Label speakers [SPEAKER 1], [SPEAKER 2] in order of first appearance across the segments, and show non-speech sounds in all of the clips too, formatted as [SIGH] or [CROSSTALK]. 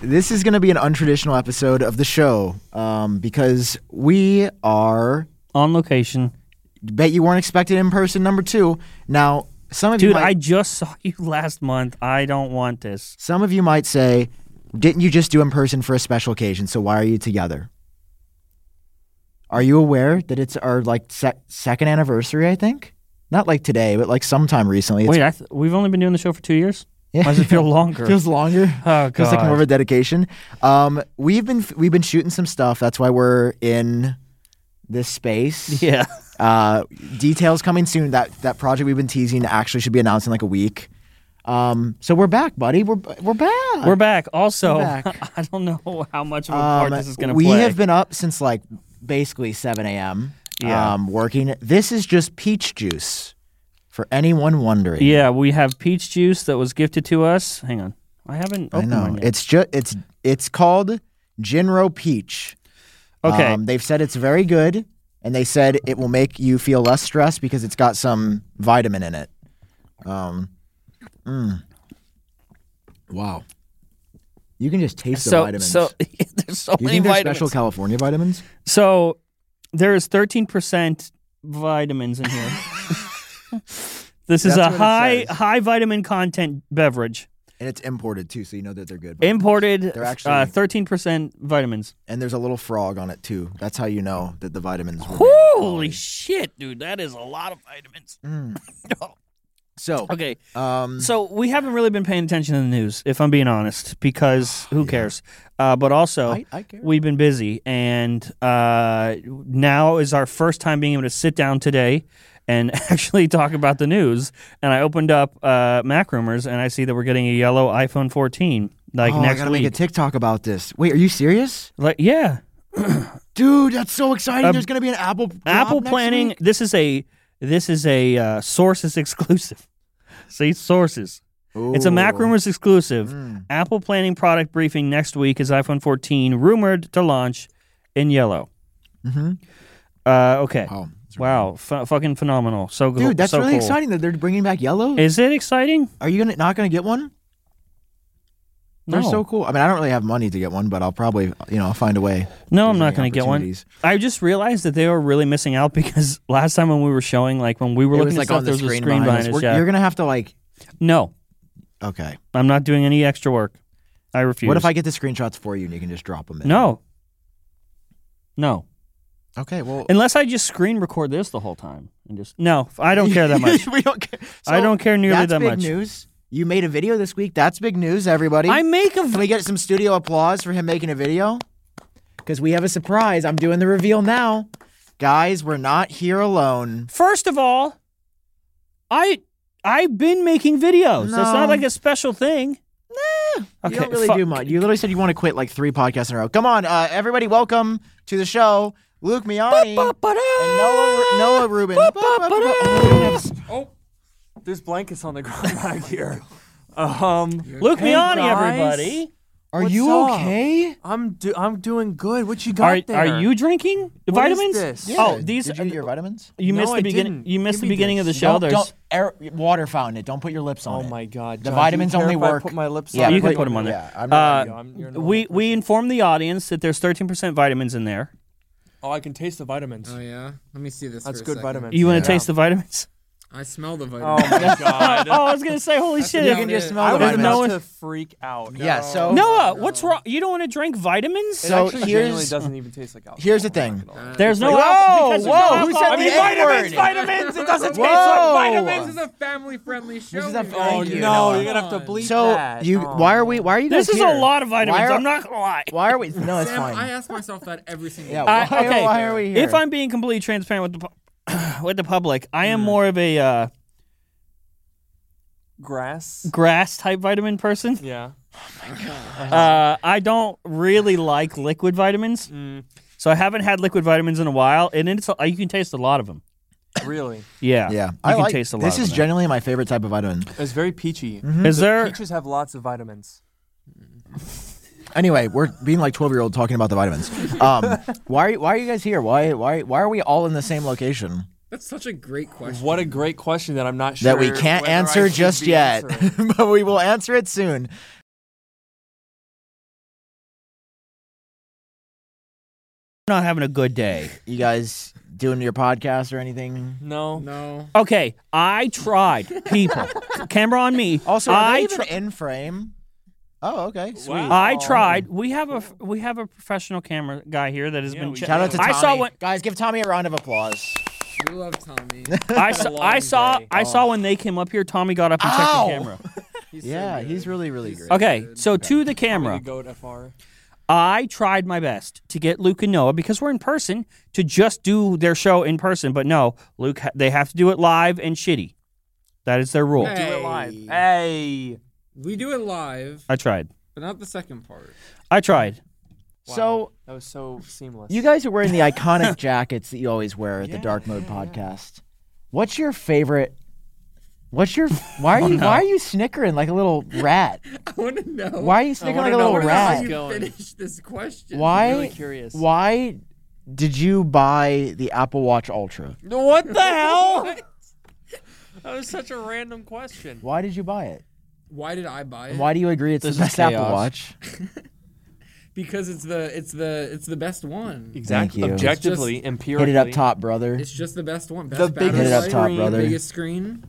[SPEAKER 1] This is going to be an untraditional episode of the show um, because we are.
[SPEAKER 2] On location.
[SPEAKER 1] Bet you weren't expected in person number two. Now, some of you
[SPEAKER 2] Dude,
[SPEAKER 1] might,
[SPEAKER 2] I just saw [LAUGHS] you last month. I don't want this.
[SPEAKER 1] some of you might say, didn't you just do in person for a special occasion? So why are you together? Are you aware that it's our like sec- second anniversary? I think not like today, but like sometime recently. It's,
[SPEAKER 2] Wait, I th- we've only been doing the show for two years.
[SPEAKER 1] Yeah.
[SPEAKER 2] Why does
[SPEAKER 1] [LAUGHS]
[SPEAKER 2] it feel longer?
[SPEAKER 1] feels longer.
[SPEAKER 2] oh god.
[SPEAKER 1] Feels like more of a dedication. Um, we've been we've been shooting some stuff. That's why we're in this space. [LAUGHS]
[SPEAKER 2] [LAUGHS] yeah.
[SPEAKER 1] Uh, details coming soon. That that project we've been teasing actually should be announced in like a week. Um, so we're back, buddy. We're we're back. Um,
[SPEAKER 2] We're back. Also,
[SPEAKER 1] We're
[SPEAKER 2] [LAUGHS]
[SPEAKER 1] back.
[SPEAKER 2] I don't know [LAUGHS] how much of a
[SPEAKER 1] Um,
[SPEAKER 2] part this is going to
[SPEAKER 1] we
[SPEAKER 2] play.
[SPEAKER 1] have been up since like basically 7 a.m.
[SPEAKER 2] Yeah.
[SPEAKER 1] Um, working. This is just peach juice for anyone wondering.
[SPEAKER 2] yeah, we have peach juice that was gifted to us. Hang on. I haven't
[SPEAKER 1] I
[SPEAKER 2] opened
[SPEAKER 1] know.
[SPEAKER 2] mine yet.
[SPEAKER 1] It's just it's it's called Jinro Peach.
[SPEAKER 2] Okay.
[SPEAKER 1] Um, they've said it's very good, and they said it will make you feel less stressed because it's got some vitamin in it. Um, mm. Wow. You can just taste the
[SPEAKER 2] so
[SPEAKER 1] vitamins.
[SPEAKER 2] so [LAUGHS] there's so
[SPEAKER 1] Do you
[SPEAKER 2] many
[SPEAKER 1] think they're
[SPEAKER 2] vitamins.
[SPEAKER 1] special California vitamins?
[SPEAKER 2] So there is 13% vitamins in here.
[SPEAKER 1] [LAUGHS] That's
[SPEAKER 2] this is a
[SPEAKER 1] what it
[SPEAKER 2] high
[SPEAKER 1] says.
[SPEAKER 2] high vitamin content beverage.
[SPEAKER 1] And it's imported too, so you know that they're good.
[SPEAKER 2] Imported
[SPEAKER 1] They're actually-
[SPEAKER 2] uh, 13% vitamins.
[SPEAKER 1] and there's a little frog on it too. That's how you know that the vitamins. were made
[SPEAKER 2] Holy
[SPEAKER 1] quality.
[SPEAKER 2] shit, dude. That is a lot of vitamins.
[SPEAKER 1] Mm. So,
[SPEAKER 2] Okay.
[SPEAKER 1] um,
[SPEAKER 2] So we haven't really been paying attention to the news, if I'm being honest,
[SPEAKER 1] [SIGHS]
[SPEAKER 2] because who cares? Uh, but also,
[SPEAKER 1] I, I care.
[SPEAKER 2] we've been busy, and uh, now is our first time being able to sit down today and [LAUGHS] actually talk about the news. And I opened up uh, Mac rumors, and I see that we're getting a yellow iPhone 14 like
[SPEAKER 1] oh, I
[SPEAKER 2] next
[SPEAKER 1] gotta
[SPEAKER 2] week.
[SPEAKER 1] make a TikTok about this. Wait, are you serious,
[SPEAKER 2] like, yeah,
[SPEAKER 1] dude? That's so exciting.
[SPEAKER 2] Um,
[SPEAKER 1] There's gonna be an Apple drop
[SPEAKER 2] Apple
[SPEAKER 1] next
[SPEAKER 2] planning.
[SPEAKER 1] week?
[SPEAKER 2] This is a this is a uh, sources [LAUGHS] exclusive. See sources. It's a Mac
[SPEAKER 1] Ooh.
[SPEAKER 2] rumors exclusive.
[SPEAKER 1] Mm.
[SPEAKER 2] Apple planning product briefing next week is iPhone 14 rumored to launch in yellow.
[SPEAKER 1] Mm-hmm.
[SPEAKER 2] Uh, okay.
[SPEAKER 1] Wow.
[SPEAKER 2] Wow, f- fucking phenomenal! So good,
[SPEAKER 1] Oh, Dude, that's
[SPEAKER 2] so
[SPEAKER 1] really
[SPEAKER 2] cool.
[SPEAKER 1] exciting that they're bringing back yellow.
[SPEAKER 2] Is it exciting?
[SPEAKER 1] Are you gonna not gonna get one? They're
[SPEAKER 2] no,
[SPEAKER 1] so cool. I mean, I don't really have money to get one, but I'll probably you know I'll find a way.
[SPEAKER 2] no,
[SPEAKER 1] There's
[SPEAKER 2] I'm not
[SPEAKER 1] any
[SPEAKER 2] going to get one.
[SPEAKER 1] opportunities.
[SPEAKER 2] I just realized that they were really missing out [LAUGHS] because last time when we were showing, like when we were
[SPEAKER 1] It was
[SPEAKER 2] looking at
[SPEAKER 1] like
[SPEAKER 2] stuff,
[SPEAKER 1] on
[SPEAKER 2] there
[SPEAKER 1] the
[SPEAKER 2] was
[SPEAKER 1] screen,
[SPEAKER 2] a
[SPEAKER 1] behind
[SPEAKER 2] screen behind
[SPEAKER 1] us.
[SPEAKER 2] us.
[SPEAKER 1] We're-
[SPEAKER 2] Yeah.
[SPEAKER 1] You're gonna have to like.
[SPEAKER 2] No,
[SPEAKER 1] Okay.
[SPEAKER 2] I'm not doing any extra work. I refuse.
[SPEAKER 1] What if I get the screenshots for you and you can just drop them in?
[SPEAKER 2] No. No,
[SPEAKER 1] Okay. Well,
[SPEAKER 2] unless I just screen record this the whole time and just no, I don't care
[SPEAKER 1] [LAUGHS]
[SPEAKER 2] that much.
[SPEAKER 1] we don't care.
[SPEAKER 2] I
[SPEAKER 1] So,
[SPEAKER 2] don't care nearly
[SPEAKER 1] that's
[SPEAKER 2] that
[SPEAKER 1] big
[SPEAKER 2] much.
[SPEAKER 1] news. You made a video this week. That's big news, everybody.
[SPEAKER 2] I make a
[SPEAKER 1] Can we get some studio applause for him making a video? Because we have a surprise. I'm doing the reveal now. Guys, we're not here alone.
[SPEAKER 2] First of all, I I've been making videos. That's
[SPEAKER 1] No.
[SPEAKER 2] not like a special thing. Nah,
[SPEAKER 1] you don't really do much. You literally said you want to quit like three podcasts in a row. Come on, uh, everybody, welcome to the show. Luke Miani and Noah, Noah Rubin.
[SPEAKER 2] Ba, ba, ba, da.
[SPEAKER 1] We don't have s-
[SPEAKER 3] There's blankets on the ground back here. Um,
[SPEAKER 2] Luke
[SPEAKER 3] Hey,
[SPEAKER 2] Miani,
[SPEAKER 3] guys.
[SPEAKER 2] everybody.
[SPEAKER 1] Are
[SPEAKER 3] What's
[SPEAKER 1] you
[SPEAKER 3] up?
[SPEAKER 1] okay?
[SPEAKER 3] I'm do- I'm doing good. What you got
[SPEAKER 2] Are,
[SPEAKER 3] there?
[SPEAKER 2] are you drinking
[SPEAKER 3] is
[SPEAKER 2] vitamins?
[SPEAKER 3] this?
[SPEAKER 2] Oh, these.
[SPEAKER 1] Did you get your vitamins?
[SPEAKER 2] you
[SPEAKER 3] No,
[SPEAKER 2] missed the
[SPEAKER 3] I
[SPEAKER 2] beginning.
[SPEAKER 3] didn't.
[SPEAKER 2] You missed
[SPEAKER 3] Give
[SPEAKER 2] the
[SPEAKER 3] me
[SPEAKER 2] beginning of the
[SPEAKER 3] this.
[SPEAKER 2] show. There's.
[SPEAKER 1] Don't, air, water fountain it. Don't put your lips on
[SPEAKER 3] Oh
[SPEAKER 1] it.
[SPEAKER 3] my God!
[SPEAKER 1] The
[SPEAKER 3] John, do you
[SPEAKER 1] vitamins
[SPEAKER 3] care
[SPEAKER 1] only
[SPEAKER 3] if I
[SPEAKER 1] work-
[SPEAKER 3] put my lips
[SPEAKER 1] Yeah,
[SPEAKER 3] on
[SPEAKER 2] you
[SPEAKER 3] it?
[SPEAKER 2] can put them on there.
[SPEAKER 1] yeah, I'm
[SPEAKER 2] Uh,
[SPEAKER 1] not-
[SPEAKER 3] Yeah, I'm- you're normal
[SPEAKER 2] we we informed the audience that there's 13% vitamins in there.
[SPEAKER 3] Oh, I can taste the vitamins.
[SPEAKER 4] Oh yeah, let me see this.
[SPEAKER 3] That's
[SPEAKER 4] for a
[SPEAKER 3] good
[SPEAKER 4] second.
[SPEAKER 3] vitamins.
[SPEAKER 2] You want
[SPEAKER 3] Yeah.
[SPEAKER 2] to taste the vitamins?
[SPEAKER 4] I smell the
[SPEAKER 3] Oh
[SPEAKER 4] vitamins.
[SPEAKER 3] my God!
[SPEAKER 2] oh, I was gonna say, holy shit!
[SPEAKER 4] You
[SPEAKER 2] if-
[SPEAKER 4] can just smell
[SPEAKER 1] the
[SPEAKER 3] I was
[SPEAKER 1] vitamins.
[SPEAKER 3] about
[SPEAKER 2] No
[SPEAKER 3] to
[SPEAKER 2] one-
[SPEAKER 3] freak out.
[SPEAKER 1] Yeah, so-
[SPEAKER 2] Noah, what's wrong? You don't want to drink vitamins?
[SPEAKER 3] It
[SPEAKER 1] So
[SPEAKER 3] actually
[SPEAKER 1] here's-
[SPEAKER 3] genuinely doesn't even taste like alcohol.
[SPEAKER 1] here's the
[SPEAKER 3] I'm not
[SPEAKER 1] thing.
[SPEAKER 3] gonna lie.
[SPEAKER 2] there's no.
[SPEAKER 1] Whoa,
[SPEAKER 2] alcohol- because there's
[SPEAKER 1] whoa,
[SPEAKER 2] no
[SPEAKER 1] who said
[SPEAKER 2] alcohol
[SPEAKER 1] the
[SPEAKER 2] in it.
[SPEAKER 1] N word?
[SPEAKER 3] vitamins. It doesn't
[SPEAKER 1] Whoa.
[SPEAKER 4] [LAUGHS] this is a family-friendly show.
[SPEAKER 1] is a
[SPEAKER 4] we
[SPEAKER 1] fa-
[SPEAKER 4] got
[SPEAKER 3] Oh
[SPEAKER 1] Thank you,
[SPEAKER 4] here.
[SPEAKER 3] no!
[SPEAKER 1] Noah.
[SPEAKER 3] You're gonna have to bleep
[SPEAKER 1] So
[SPEAKER 3] that.
[SPEAKER 1] you,
[SPEAKER 3] Oh.
[SPEAKER 1] why are we? Why are you guys
[SPEAKER 2] This is
[SPEAKER 1] here?
[SPEAKER 2] a lot of vitamins.
[SPEAKER 1] Why are-
[SPEAKER 2] I'm not gonna lie.
[SPEAKER 1] Why are we? No, it's
[SPEAKER 4] Sam,
[SPEAKER 1] fine.
[SPEAKER 4] I ask myself that every single
[SPEAKER 1] yeah,
[SPEAKER 4] day.
[SPEAKER 2] I-
[SPEAKER 1] why,
[SPEAKER 2] okay.
[SPEAKER 1] why are we here?
[SPEAKER 2] If I'm being completely transparent with the pu- [CLEARS THROAT] with the public, I
[SPEAKER 1] Mm.
[SPEAKER 2] am more of a uh,
[SPEAKER 3] grass?
[SPEAKER 2] grass type vitamin person.
[SPEAKER 3] Yeah.
[SPEAKER 2] Uh, I don't really like liquid vitamins,
[SPEAKER 3] Mm,
[SPEAKER 2] so I haven't had liquid vitamins in a while, and it's uh, you can taste a lot of them.
[SPEAKER 3] really?
[SPEAKER 2] Yeah,
[SPEAKER 1] yeah,
[SPEAKER 2] you
[SPEAKER 1] I
[SPEAKER 2] can
[SPEAKER 1] like,
[SPEAKER 2] taste a lot.
[SPEAKER 1] This
[SPEAKER 2] of
[SPEAKER 1] is
[SPEAKER 2] them.
[SPEAKER 1] generally my favorite type of vitamin.
[SPEAKER 3] It's very peachy.
[SPEAKER 1] Mm-hmm.
[SPEAKER 2] Is
[SPEAKER 1] [LAUGHS]
[SPEAKER 2] there?
[SPEAKER 3] Peaches have lots of vitamins.
[SPEAKER 1] Anyway, we're being like twelve year old talking about the vitamins.
[SPEAKER 2] [LAUGHS]
[SPEAKER 1] Um, why are you, why are you guys here? Why why why are we all in the same location
[SPEAKER 4] That's such a great question.
[SPEAKER 3] What a great question that I'm not sure
[SPEAKER 1] that we can't
[SPEAKER 3] whether I
[SPEAKER 1] answer [LAUGHS]
[SPEAKER 3] should
[SPEAKER 1] just
[SPEAKER 3] be
[SPEAKER 1] yet?
[SPEAKER 3] answering.
[SPEAKER 1] but we will answer it soon.
[SPEAKER 2] not having a good day.
[SPEAKER 1] You guys doing your podcast or anything? [LAUGHS]
[SPEAKER 3] No.
[SPEAKER 4] No.
[SPEAKER 2] Okay, I tried. People, camera on me.
[SPEAKER 1] Also, are they
[SPEAKER 2] I
[SPEAKER 1] even
[SPEAKER 2] tried.
[SPEAKER 1] in frame? Oh, okay, sweet.
[SPEAKER 3] Wow.
[SPEAKER 2] I
[SPEAKER 3] Oh.
[SPEAKER 2] tried. We have a f- we have a professional camera guy here that has
[SPEAKER 3] Yeah,
[SPEAKER 2] been.
[SPEAKER 3] we
[SPEAKER 2] che-
[SPEAKER 3] do.
[SPEAKER 1] Shout out to Tommy.
[SPEAKER 2] I saw when
[SPEAKER 1] Guys, give Tommy a round of applause.
[SPEAKER 4] We
[SPEAKER 1] [LAUGHS]
[SPEAKER 4] love Tommy.
[SPEAKER 3] [LAUGHS]
[SPEAKER 2] I saw
[SPEAKER 3] long
[SPEAKER 2] I saw,
[SPEAKER 3] day.
[SPEAKER 2] I saw when they came up here. Tommy got up and
[SPEAKER 1] Ow!
[SPEAKER 2] checked the camera.
[SPEAKER 4] He's so
[SPEAKER 1] Yeah,
[SPEAKER 4] good.
[SPEAKER 1] he's really, really great.
[SPEAKER 2] Okay, so to the camera.
[SPEAKER 3] You go to FR.
[SPEAKER 2] I tried my best to get Luke and Noah because we're in person to just do their show in person, but no, Luke, ha- they have to do it live and shitty. That is their rule.
[SPEAKER 4] Hey.
[SPEAKER 3] Do it live. Hey.
[SPEAKER 4] We do it live,
[SPEAKER 2] I tried.
[SPEAKER 4] but not the second part. [LAUGHS]
[SPEAKER 2] I tried.
[SPEAKER 1] So
[SPEAKER 3] that was so seamless.
[SPEAKER 1] you guys are wearing the iconic jackets that you always wear at the Dark Mode podcast. What's your favorite? What's your? Why are you? Why are you snickering like a little rat?
[SPEAKER 4] I want to know.
[SPEAKER 1] Why are you snickering like a little
[SPEAKER 3] wanna know
[SPEAKER 4] How
[SPEAKER 3] where
[SPEAKER 1] rat?
[SPEAKER 3] this is going.
[SPEAKER 4] you finish this question?
[SPEAKER 1] Why?
[SPEAKER 3] really curious.
[SPEAKER 1] Why did you buy the Apple Watch Ultra? [LAUGHS]
[SPEAKER 3] What the hell? that was such a random question.
[SPEAKER 1] Why did you buy it?
[SPEAKER 4] Why did I buy it?
[SPEAKER 1] And why do you agree it's
[SPEAKER 2] This
[SPEAKER 1] the
[SPEAKER 2] is
[SPEAKER 1] best
[SPEAKER 2] chaos.
[SPEAKER 1] Apple Watch?
[SPEAKER 4] Because it's the it's the it's the best one.
[SPEAKER 1] Thank you.
[SPEAKER 3] Objectively,
[SPEAKER 1] Hit
[SPEAKER 3] empirically,
[SPEAKER 1] it up top, brother.
[SPEAKER 4] It's just the best one. Best
[SPEAKER 3] The
[SPEAKER 4] battery
[SPEAKER 3] biggest
[SPEAKER 1] Hit it up top,
[SPEAKER 4] life,
[SPEAKER 1] brother.
[SPEAKER 4] Biggest screen.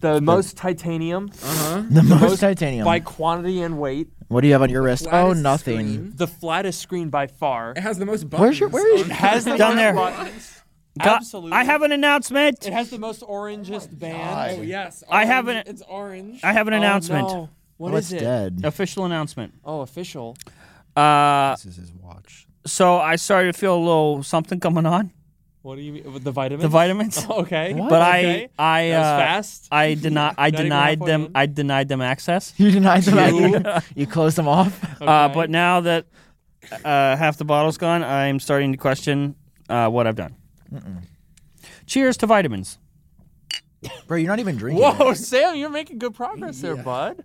[SPEAKER 3] the most titanium [LAUGHS]
[SPEAKER 4] Uh huh.
[SPEAKER 1] the, most,
[SPEAKER 3] most
[SPEAKER 1] titanium.
[SPEAKER 3] by quantity and weight,
[SPEAKER 1] what do you have on your wrist? Oh, nothing.
[SPEAKER 3] the flattest screen by far.
[SPEAKER 4] It has the most buttons.
[SPEAKER 1] Where's your- where is
[SPEAKER 4] on
[SPEAKER 1] your-
[SPEAKER 4] [LAUGHS] it.
[SPEAKER 3] Has the
[SPEAKER 2] Down
[SPEAKER 3] most
[SPEAKER 2] there.
[SPEAKER 3] buttons.
[SPEAKER 2] Got-
[SPEAKER 3] Absolutely.
[SPEAKER 2] Uh, I have an announcement.
[SPEAKER 3] It has the most orangest band.
[SPEAKER 4] Oh
[SPEAKER 1] God.
[SPEAKER 4] yes.
[SPEAKER 2] I have
[SPEAKER 4] orange.
[SPEAKER 2] an-
[SPEAKER 4] It's orange.
[SPEAKER 2] I have an
[SPEAKER 3] Oh,
[SPEAKER 2] announcement.
[SPEAKER 3] no. What
[SPEAKER 1] oh,
[SPEAKER 3] is
[SPEAKER 1] it's
[SPEAKER 3] it?
[SPEAKER 1] dead. [LAUGHS]
[SPEAKER 2] Official announcement.
[SPEAKER 3] Oh, official.
[SPEAKER 2] Uh,
[SPEAKER 5] This is his watch.
[SPEAKER 2] so I started to feel a little something coming on
[SPEAKER 3] What do you mean? with The vitamins?
[SPEAKER 2] the vitamins,
[SPEAKER 3] [LAUGHS] Okay.
[SPEAKER 2] but
[SPEAKER 3] Oh, Okay.
[SPEAKER 2] I I
[SPEAKER 3] That was
[SPEAKER 2] uh,
[SPEAKER 3] fast. [LAUGHS]
[SPEAKER 2] I denied I
[SPEAKER 3] Not even
[SPEAKER 2] denied
[SPEAKER 3] halfway
[SPEAKER 2] them
[SPEAKER 3] in.
[SPEAKER 2] I denied them
[SPEAKER 3] [LAUGHS]
[SPEAKER 2] access.
[SPEAKER 1] You denied them.
[SPEAKER 3] You-
[SPEAKER 1] that You, you closed them off.
[SPEAKER 2] Uh,
[SPEAKER 3] Okay.
[SPEAKER 2] but now that uh, half the bottle's gone, I'm starting to question uh, what I've done. Cheers to vitamins.
[SPEAKER 1] Bro, you're not even drinking. it.
[SPEAKER 3] Whoa, Sam, you're making good progress there,
[SPEAKER 4] Yeah.
[SPEAKER 3] bud.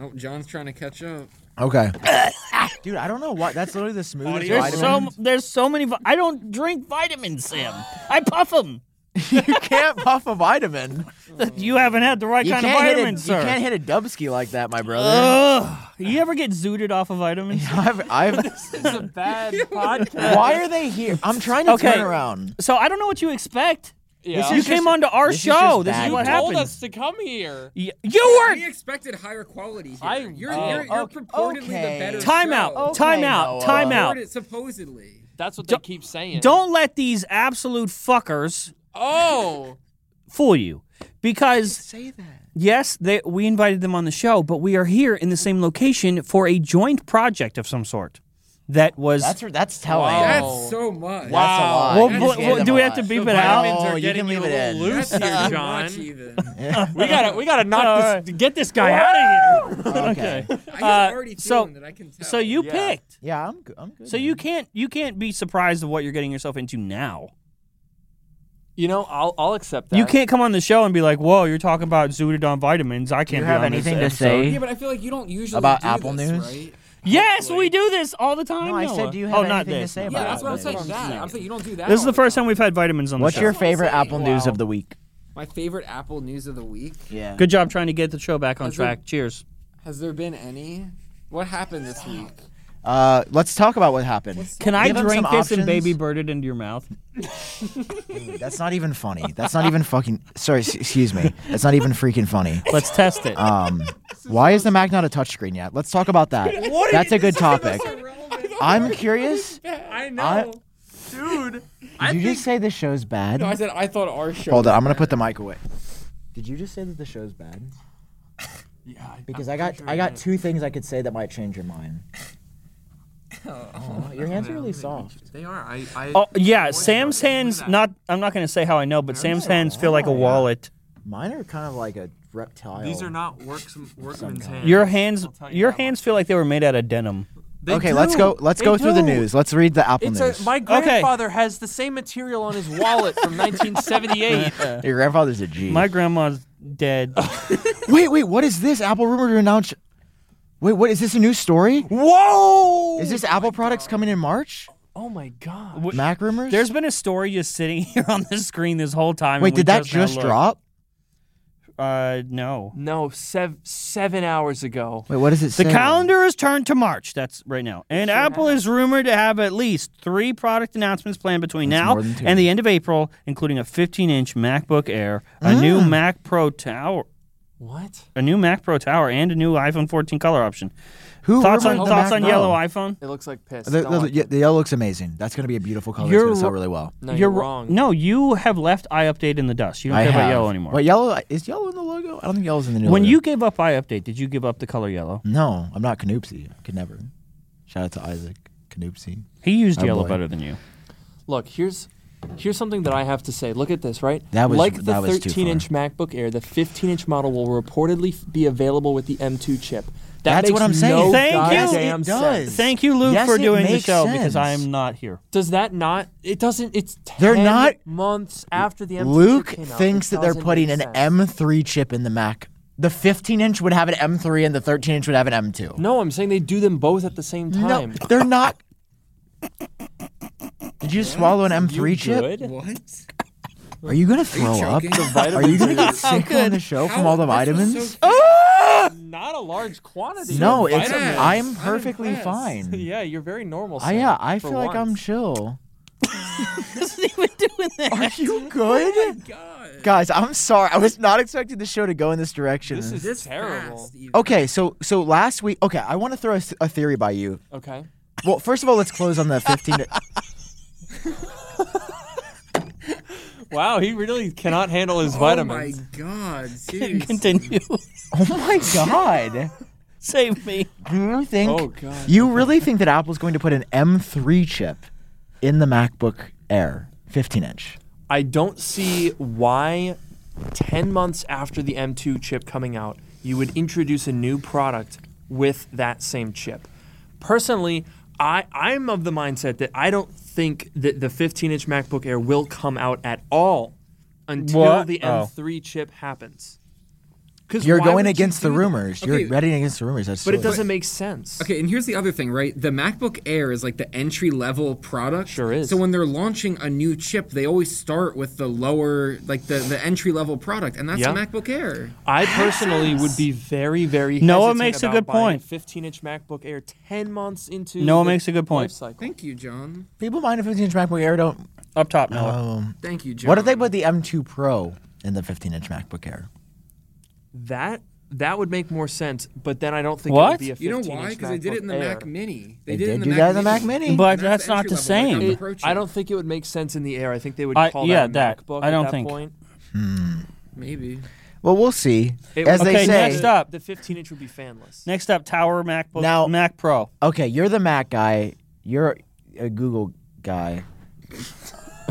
[SPEAKER 4] Oh, John's trying to catch up.
[SPEAKER 1] Okay. [LAUGHS] Dude, I don't know what. That's literally the smoothest
[SPEAKER 2] There's so
[SPEAKER 1] vitamin.
[SPEAKER 2] m- there's so many. Vi- I don't drink vitamins, Sam. I puff them.
[SPEAKER 1] [LAUGHS] you can't puff a vitamin.
[SPEAKER 2] Mm. You haven't had the right
[SPEAKER 1] You
[SPEAKER 2] kind of
[SPEAKER 1] can't, hit a,
[SPEAKER 2] vitamins,
[SPEAKER 1] you
[SPEAKER 2] sir.
[SPEAKER 1] can't hit a dubski like that, my brother.
[SPEAKER 2] Ugh. You ever get zooted off of vitamins?
[SPEAKER 1] [LAUGHS] I've,
[SPEAKER 2] [LAUGHS]
[SPEAKER 1] I've,
[SPEAKER 3] This is a bad podcast.
[SPEAKER 1] why are they here? I'm trying to
[SPEAKER 2] Okay.
[SPEAKER 1] turn around.
[SPEAKER 2] So I don't know what you expect.
[SPEAKER 3] Yeah.
[SPEAKER 1] This
[SPEAKER 2] You
[SPEAKER 1] is-
[SPEAKER 2] came
[SPEAKER 1] just-
[SPEAKER 2] onto our
[SPEAKER 1] this is
[SPEAKER 2] show.
[SPEAKER 1] just
[SPEAKER 2] This is
[SPEAKER 1] bad.
[SPEAKER 2] what
[SPEAKER 1] You
[SPEAKER 3] told
[SPEAKER 2] happened.
[SPEAKER 3] us to come here.
[SPEAKER 2] Y- you
[SPEAKER 4] We
[SPEAKER 2] were
[SPEAKER 4] expected higher quality here.
[SPEAKER 3] I-
[SPEAKER 4] you're,
[SPEAKER 3] oh,
[SPEAKER 4] you're, you're
[SPEAKER 1] okay,
[SPEAKER 4] purportedly
[SPEAKER 1] okay.
[SPEAKER 4] the better
[SPEAKER 2] time out.
[SPEAKER 4] show.
[SPEAKER 1] Okay,
[SPEAKER 2] Time out.
[SPEAKER 1] Noah.
[SPEAKER 2] Time out.
[SPEAKER 4] Purported- Supposedly.
[SPEAKER 3] That's what they keep saying.
[SPEAKER 2] Don't let these absolute fuckers
[SPEAKER 3] Oh.
[SPEAKER 2] fool you because
[SPEAKER 1] Say that.
[SPEAKER 2] yes they, we invited them on the show but we are here in the same location for a joint project of some sort that was
[SPEAKER 1] That's, that's telling.
[SPEAKER 2] Oh.
[SPEAKER 3] Wow.
[SPEAKER 1] That's,
[SPEAKER 4] That's so
[SPEAKER 3] Wow.
[SPEAKER 4] much.
[SPEAKER 1] a lot.
[SPEAKER 2] Well,
[SPEAKER 1] You
[SPEAKER 4] but-
[SPEAKER 1] just gave
[SPEAKER 4] well,
[SPEAKER 1] them
[SPEAKER 2] do
[SPEAKER 1] a
[SPEAKER 2] we have
[SPEAKER 1] lot.
[SPEAKER 2] to beep
[SPEAKER 3] The
[SPEAKER 2] it
[SPEAKER 3] vitamins
[SPEAKER 2] out?
[SPEAKER 1] Oh,
[SPEAKER 3] are
[SPEAKER 1] you
[SPEAKER 3] getting
[SPEAKER 1] can
[SPEAKER 3] you a
[SPEAKER 1] leave it
[SPEAKER 3] little
[SPEAKER 1] in.
[SPEAKER 3] loose
[SPEAKER 4] That's not
[SPEAKER 3] here,
[SPEAKER 4] too
[SPEAKER 3] John.
[SPEAKER 4] much
[SPEAKER 2] [LAUGHS]
[SPEAKER 3] We
[SPEAKER 4] even.
[SPEAKER 3] gotta, we gotta knock
[SPEAKER 2] Uh, All
[SPEAKER 3] this, get this guy out of here.
[SPEAKER 1] [LAUGHS] Okay.
[SPEAKER 4] I
[SPEAKER 2] Uh,
[SPEAKER 4] was already
[SPEAKER 2] so-
[SPEAKER 4] feeling it. I can tell.
[SPEAKER 2] so you
[SPEAKER 3] Yeah.
[SPEAKER 2] picked
[SPEAKER 1] Yeah, I'm good. I'm good.
[SPEAKER 2] so you can't you can't be surprised of what you're getting yourself into now
[SPEAKER 3] You know, I'll, I'll accept that.
[SPEAKER 2] you can't come on the show and be like whoa you're talking about zootodon vitamins i
[SPEAKER 1] You
[SPEAKER 2] can't be
[SPEAKER 1] have
[SPEAKER 2] on this
[SPEAKER 1] anything to
[SPEAKER 2] episode."
[SPEAKER 1] say?
[SPEAKER 4] Yeah, but I feel like you don't usually
[SPEAKER 1] About
[SPEAKER 4] do
[SPEAKER 1] Apple
[SPEAKER 4] this,
[SPEAKER 1] News?
[SPEAKER 4] right?
[SPEAKER 2] yes we do this all the time
[SPEAKER 1] No, I said,
[SPEAKER 2] Noah.
[SPEAKER 1] do you have
[SPEAKER 2] oh not
[SPEAKER 1] anything to
[SPEAKER 2] this
[SPEAKER 1] say
[SPEAKER 4] Yeah,
[SPEAKER 1] Wow,
[SPEAKER 4] that's what I'm
[SPEAKER 1] that
[SPEAKER 4] saying.
[SPEAKER 1] is
[SPEAKER 4] That
[SPEAKER 1] insane.
[SPEAKER 4] I'm saying you don't do that.
[SPEAKER 2] this is
[SPEAKER 4] all
[SPEAKER 1] Oh.
[SPEAKER 2] the first
[SPEAKER 4] time.
[SPEAKER 2] time we've had vitamins on
[SPEAKER 1] What's
[SPEAKER 2] the show
[SPEAKER 1] your favorite
[SPEAKER 4] saying.
[SPEAKER 1] Apple news
[SPEAKER 3] Wow.
[SPEAKER 1] of the week?
[SPEAKER 4] My favorite Apple news of the week.
[SPEAKER 1] Yeah.
[SPEAKER 2] good job trying to get the show back on
[SPEAKER 4] That's
[SPEAKER 2] track cheers
[SPEAKER 4] Has there been any? What happened this week?
[SPEAKER 1] Uh, let's talk about what happened.
[SPEAKER 2] can i
[SPEAKER 1] Give him
[SPEAKER 2] drink
[SPEAKER 1] some
[SPEAKER 2] this and
[SPEAKER 1] options.
[SPEAKER 2] baby bird it into your mouth
[SPEAKER 1] That's not even funny. That's not even fucking. Sorry, s- excuse me. That's not even freaking funny.
[SPEAKER 2] [LAUGHS] let's test it
[SPEAKER 1] Um, why is the Mac not a touchscreen yet? Let's talk about that.
[SPEAKER 3] What are
[SPEAKER 1] That's
[SPEAKER 3] you-
[SPEAKER 1] a good topic. I'm curious.
[SPEAKER 4] I know.
[SPEAKER 1] I-
[SPEAKER 3] dude.
[SPEAKER 1] Did you just say the show's bad?
[SPEAKER 4] no, I said I thought our show.
[SPEAKER 1] Hold on, I'm gonna put the mic away. Did you just say that the show's bad?
[SPEAKER 3] Yeah,
[SPEAKER 1] Because I got I got two things I could say that might change your mind. Oh, your hands are really soft.
[SPEAKER 4] They are. I. I
[SPEAKER 2] Oh yeah, Sam's hands. Not I'm not going to say how I know, but Sam's hands feel like a wallet.
[SPEAKER 1] Mine are kind of like a reptile.
[SPEAKER 5] These are not works, workman's hands.
[SPEAKER 2] Your hands,
[SPEAKER 5] tell you
[SPEAKER 2] your
[SPEAKER 5] that much.
[SPEAKER 2] hands feel like they were made out of denim.
[SPEAKER 3] They
[SPEAKER 1] okay, let's
[SPEAKER 3] do.
[SPEAKER 1] go. Let's
[SPEAKER 3] They
[SPEAKER 1] go through the
[SPEAKER 3] do.
[SPEAKER 1] news. Let's read the Apple
[SPEAKER 3] It's
[SPEAKER 1] news.
[SPEAKER 3] a, my grandfather has the same material on his wallet from
[SPEAKER 1] [LAUGHS]
[SPEAKER 3] 1978.
[SPEAKER 1] Your grandfather's a G.
[SPEAKER 2] My grandma's dead. [LAUGHS]
[SPEAKER 1] wait, wait. What is this? Apple rumored to announce. Wait, what is this? A new story?
[SPEAKER 3] Whoa!
[SPEAKER 1] Is this Apple products coming in March?
[SPEAKER 3] Oh my god!
[SPEAKER 2] Wh-
[SPEAKER 1] Mac rumors?
[SPEAKER 2] [LAUGHS] There's been a story just sitting here on the screen this whole time. and
[SPEAKER 1] Wait,
[SPEAKER 2] we
[SPEAKER 1] did that
[SPEAKER 2] now
[SPEAKER 1] just
[SPEAKER 2] looked.
[SPEAKER 1] drop?
[SPEAKER 2] Uh, no.
[SPEAKER 3] No, sev- seven hours ago.
[SPEAKER 1] Wait, what does it
[SPEAKER 2] The
[SPEAKER 1] say?
[SPEAKER 2] calendar is turned to March. That's right now. And Apple is rumored to have at least three product announcements planned between
[SPEAKER 1] That's
[SPEAKER 2] now
[SPEAKER 1] more than two.
[SPEAKER 2] and the end of April, including a 15-inch MacBook Air, a new
[SPEAKER 1] Ah.
[SPEAKER 2] Mac Pro tower,
[SPEAKER 3] What?
[SPEAKER 2] a new Mac Pro tower, and a new iPhone 14 color option.
[SPEAKER 1] Who
[SPEAKER 2] thoughts on
[SPEAKER 1] rumored the
[SPEAKER 2] thoughts
[SPEAKER 1] Mac
[SPEAKER 2] on
[SPEAKER 1] Pro?
[SPEAKER 2] yellow iPhone?
[SPEAKER 3] It looks like piss.
[SPEAKER 1] The,
[SPEAKER 3] Don't
[SPEAKER 1] the-
[SPEAKER 3] like
[SPEAKER 1] yeah,
[SPEAKER 3] it.
[SPEAKER 1] the yellow looks amazing. That's going to be a beautiful color.
[SPEAKER 2] You're
[SPEAKER 1] it's going to sell
[SPEAKER 2] ro-
[SPEAKER 1] really well.
[SPEAKER 3] No, you're,
[SPEAKER 2] ro-
[SPEAKER 3] wrong.
[SPEAKER 2] No, you have left iUpdate in the dust. You don't care about
[SPEAKER 1] have-
[SPEAKER 2] yellow anymore.
[SPEAKER 1] Wait, yellow is yellow in the logo? I don't think yellow's in the new.
[SPEAKER 2] when
[SPEAKER 1] logo.
[SPEAKER 2] you gave up iUpdate, did you give up the color yellow?
[SPEAKER 1] no, I'm not Canoopsy. Could never. Shout out to Isaac Canoopsy.
[SPEAKER 2] He used
[SPEAKER 1] Oh,
[SPEAKER 2] yellow
[SPEAKER 1] boy.
[SPEAKER 2] better than you.
[SPEAKER 3] Look, here's here's something that I have to say. Look at this, right?
[SPEAKER 1] That was-
[SPEAKER 3] like the
[SPEAKER 1] that was too
[SPEAKER 3] 13-inch MacBook Air, the 15-inch model will reportedly f- be available with the M2 chip. That
[SPEAKER 1] That's
[SPEAKER 3] makes
[SPEAKER 1] what I'm saying.
[SPEAKER 3] No
[SPEAKER 2] Thank you.
[SPEAKER 3] goddamn
[SPEAKER 1] It does.
[SPEAKER 3] sense.
[SPEAKER 2] Thank you, Luke,
[SPEAKER 1] Yes,
[SPEAKER 2] for
[SPEAKER 1] it
[SPEAKER 2] doing the
[SPEAKER 1] makes
[SPEAKER 2] show because
[SPEAKER 1] sense.
[SPEAKER 2] I am
[SPEAKER 1] [LAUGHS]
[SPEAKER 2] not here.
[SPEAKER 3] Does that not? It doesn't. It's 10
[SPEAKER 1] They're not-
[SPEAKER 3] months after the M2
[SPEAKER 1] Luke
[SPEAKER 3] chip came out.
[SPEAKER 1] thinks
[SPEAKER 3] It
[SPEAKER 1] that they're
[SPEAKER 3] doesn't
[SPEAKER 1] putting an
[SPEAKER 3] make sense.
[SPEAKER 1] M3 chip in the Mac. The 15 inch would have an M3 and the 13 inch would have an M2.
[SPEAKER 3] No, I'm saying they do them both at the same time.
[SPEAKER 1] they're
[SPEAKER 3] [LAUGHS]
[SPEAKER 1] not. Did you swallow an M3 chip?
[SPEAKER 3] Good.
[SPEAKER 4] What?
[SPEAKER 1] Are you gonna throw up?
[SPEAKER 4] choking? The
[SPEAKER 1] Are you gonna get sick on the
[SPEAKER 4] Oh,
[SPEAKER 1] show from all the vitamins?
[SPEAKER 3] Not a large quantity.
[SPEAKER 1] no,
[SPEAKER 3] of
[SPEAKER 1] it's
[SPEAKER 3] vitamins.
[SPEAKER 1] I'm perfectly
[SPEAKER 3] [LAUGHS]
[SPEAKER 4] impressed.
[SPEAKER 1] fine.
[SPEAKER 3] yeah, you're very normal.
[SPEAKER 1] I, yeah, I
[SPEAKER 3] for
[SPEAKER 1] feel like I'm
[SPEAKER 3] once. [LAUGHS]
[SPEAKER 1] chill.
[SPEAKER 2] Isn't even doing that.
[SPEAKER 1] Are you good?
[SPEAKER 4] Oh.
[SPEAKER 1] Guys, I'm sorry. I was not expecting the show to go in this direction.
[SPEAKER 3] This is terrible. Oh,
[SPEAKER 4] Oh,
[SPEAKER 1] okay, so so last week, okay, I want to throw a, s- a theory by you.
[SPEAKER 3] Okay.
[SPEAKER 1] Well, first of all, let's close on the 15. to-
[SPEAKER 3] Wow, he really cannot handle his vitamins.
[SPEAKER 4] Oh my
[SPEAKER 2] [LAUGHS]
[SPEAKER 4] god.
[SPEAKER 2] [LAUGHS] Continue.
[SPEAKER 1] [LAUGHS] oh my god.
[SPEAKER 2] Save me.
[SPEAKER 1] Do you think
[SPEAKER 3] Oh, God.
[SPEAKER 1] you really think that Apple's going to put an M3 chip in the MacBook Air 15 inch?
[SPEAKER 3] I don't see why 10 months after the M2 chip coming out, you would introduce a new product with that same chip. Personally, I, I'm of the mindset that I don't think that the 15 inch MacBook Air will come out at all until
[SPEAKER 2] What?
[SPEAKER 3] the
[SPEAKER 2] Oh.
[SPEAKER 3] M3 chip happens. Because
[SPEAKER 1] You're going against the rumors.
[SPEAKER 4] Okay.
[SPEAKER 1] You're betting against the rumors. That's
[SPEAKER 3] But it
[SPEAKER 1] silly.
[SPEAKER 3] doesn't make sense.
[SPEAKER 4] Okay, and here's the other thing, right? The MacBook Air is like the entry level product.
[SPEAKER 3] Sure is.
[SPEAKER 4] So when they're launching a new chip, they always start with the lower, like the, the entry level product, and that's
[SPEAKER 3] Yeah.
[SPEAKER 4] the MacBook Air.
[SPEAKER 3] I personally would be very, very.
[SPEAKER 2] Noah
[SPEAKER 3] hesitant
[SPEAKER 2] makes a
[SPEAKER 3] about
[SPEAKER 2] good
[SPEAKER 3] buying
[SPEAKER 2] point.
[SPEAKER 3] Fifteen-inch MacBook Air, ten months into.
[SPEAKER 2] Noah
[SPEAKER 3] the
[SPEAKER 2] makes a good point.
[SPEAKER 3] life cycle.
[SPEAKER 4] Thank you, John.
[SPEAKER 1] People mind a 15 inch MacBook Air don't.
[SPEAKER 2] Up top,
[SPEAKER 3] Uh,
[SPEAKER 2] Noah.
[SPEAKER 1] Um,
[SPEAKER 4] Thank you, John.
[SPEAKER 1] what if they put the M2 Pro in the 15 inch MacBook Air?
[SPEAKER 3] That that would make more sense, but then I don't think it
[SPEAKER 2] What?
[SPEAKER 3] would be a
[SPEAKER 4] You know
[SPEAKER 3] fifteen-inch
[SPEAKER 4] why? Because they did it in the Mac Mini. They,
[SPEAKER 1] They
[SPEAKER 4] did, it
[SPEAKER 1] did
[SPEAKER 4] in the
[SPEAKER 1] do
[SPEAKER 4] Mac
[SPEAKER 1] that in the
[SPEAKER 4] Mini.
[SPEAKER 1] Mac Mini.
[SPEAKER 2] But
[SPEAKER 4] And
[SPEAKER 2] that's not the
[SPEAKER 4] entry level, like,
[SPEAKER 2] same.
[SPEAKER 4] on the
[SPEAKER 2] It-
[SPEAKER 4] Pro chip.
[SPEAKER 3] I don't think it would make sense in the air. I think they would
[SPEAKER 2] I-
[SPEAKER 3] call
[SPEAKER 2] yeah,
[SPEAKER 3] that a
[SPEAKER 2] that.
[SPEAKER 3] MacBook.
[SPEAKER 2] I
[SPEAKER 3] at
[SPEAKER 2] don't
[SPEAKER 3] that
[SPEAKER 2] think.
[SPEAKER 3] Point.
[SPEAKER 4] Maybe.
[SPEAKER 1] Well, we'll see.
[SPEAKER 3] It
[SPEAKER 1] As
[SPEAKER 3] would-
[SPEAKER 1] they
[SPEAKER 2] Okay,
[SPEAKER 1] say.
[SPEAKER 2] next up.
[SPEAKER 3] the fifteen-inch would be fanless.
[SPEAKER 2] Next up, Tower MacBook
[SPEAKER 1] Now-
[SPEAKER 2] Mac Pro.
[SPEAKER 1] Okay, you're the Mac guy. You're a Google guy.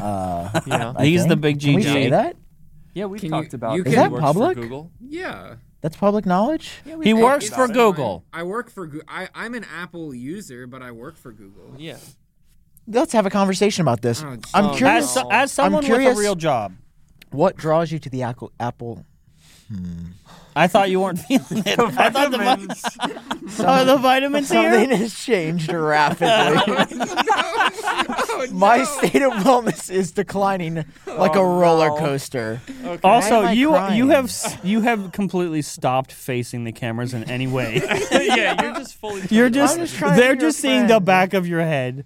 [SPEAKER 1] Uh,
[SPEAKER 3] yeah,
[SPEAKER 1] I
[SPEAKER 2] He's the
[SPEAKER 1] think.
[SPEAKER 2] big
[SPEAKER 1] Can we
[SPEAKER 2] GG.
[SPEAKER 1] say that?
[SPEAKER 3] yeah, we
[SPEAKER 4] Can you-
[SPEAKER 3] talked about.
[SPEAKER 4] you
[SPEAKER 3] that
[SPEAKER 4] Is
[SPEAKER 3] he
[SPEAKER 4] that
[SPEAKER 3] works for
[SPEAKER 1] public?
[SPEAKER 3] Google.
[SPEAKER 4] Yeah.
[SPEAKER 1] That's public knowledge.
[SPEAKER 2] He works for
[SPEAKER 4] It's
[SPEAKER 2] Google.
[SPEAKER 4] fine. I work for Google. I'm an Apple user, but I work for Google.
[SPEAKER 3] [LAUGHS] Yeah.
[SPEAKER 1] Let's have a conversation about this.
[SPEAKER 4] Oh,
[SPEAKER 1] I'm
[SPEAKER 4] geez.
[SPEAKER 1] curious
[SPEAKER 2] As, so- as someone with
[SPEAKER 1] curious-
[SPEAKER 2] a real job,
[SPEAKER 1] what draws you to the Apple. Apple [LAUGHS]
[SPEAKER 2] I thought you weren't feeling it. I thought the, vi- are the vitamins
[SPEAKER 1] something
[SPEAKER 2] here.
[SPEAKER 1] has changed
[SPEAKER 4] [LAUGHS] Oh,
[SPEAKER 1] rapidly. My state of wellness is declining like a
[SPEAKER 4] Oh,
[SPEAKER 1] roller coaster. Why
[SPEAKER 2] Also,
[SPEAKER 1] am I
[SPEAKER 2] you you
[SPEAKER 1] crying?
[SPEAKER 2] have s- you have completely stopped facing the cameras in
[SPEAKER 1] [LAUGHS]
[SPEAKER 2] any way.
[SPEAKER 3] yeah, you're just fully.
[SPEAKER 2] You're
[SPEAKER 3] turned
[SPEAKER 2] just,
[SPEAKER 1] I'm just trying to
[SPEAKER 2] they're
[SPEAKER 1] be your
[SPEAKER 2] just seeing the
[SPEAKER 1] friend.
[SPEAKER 2] back of your head.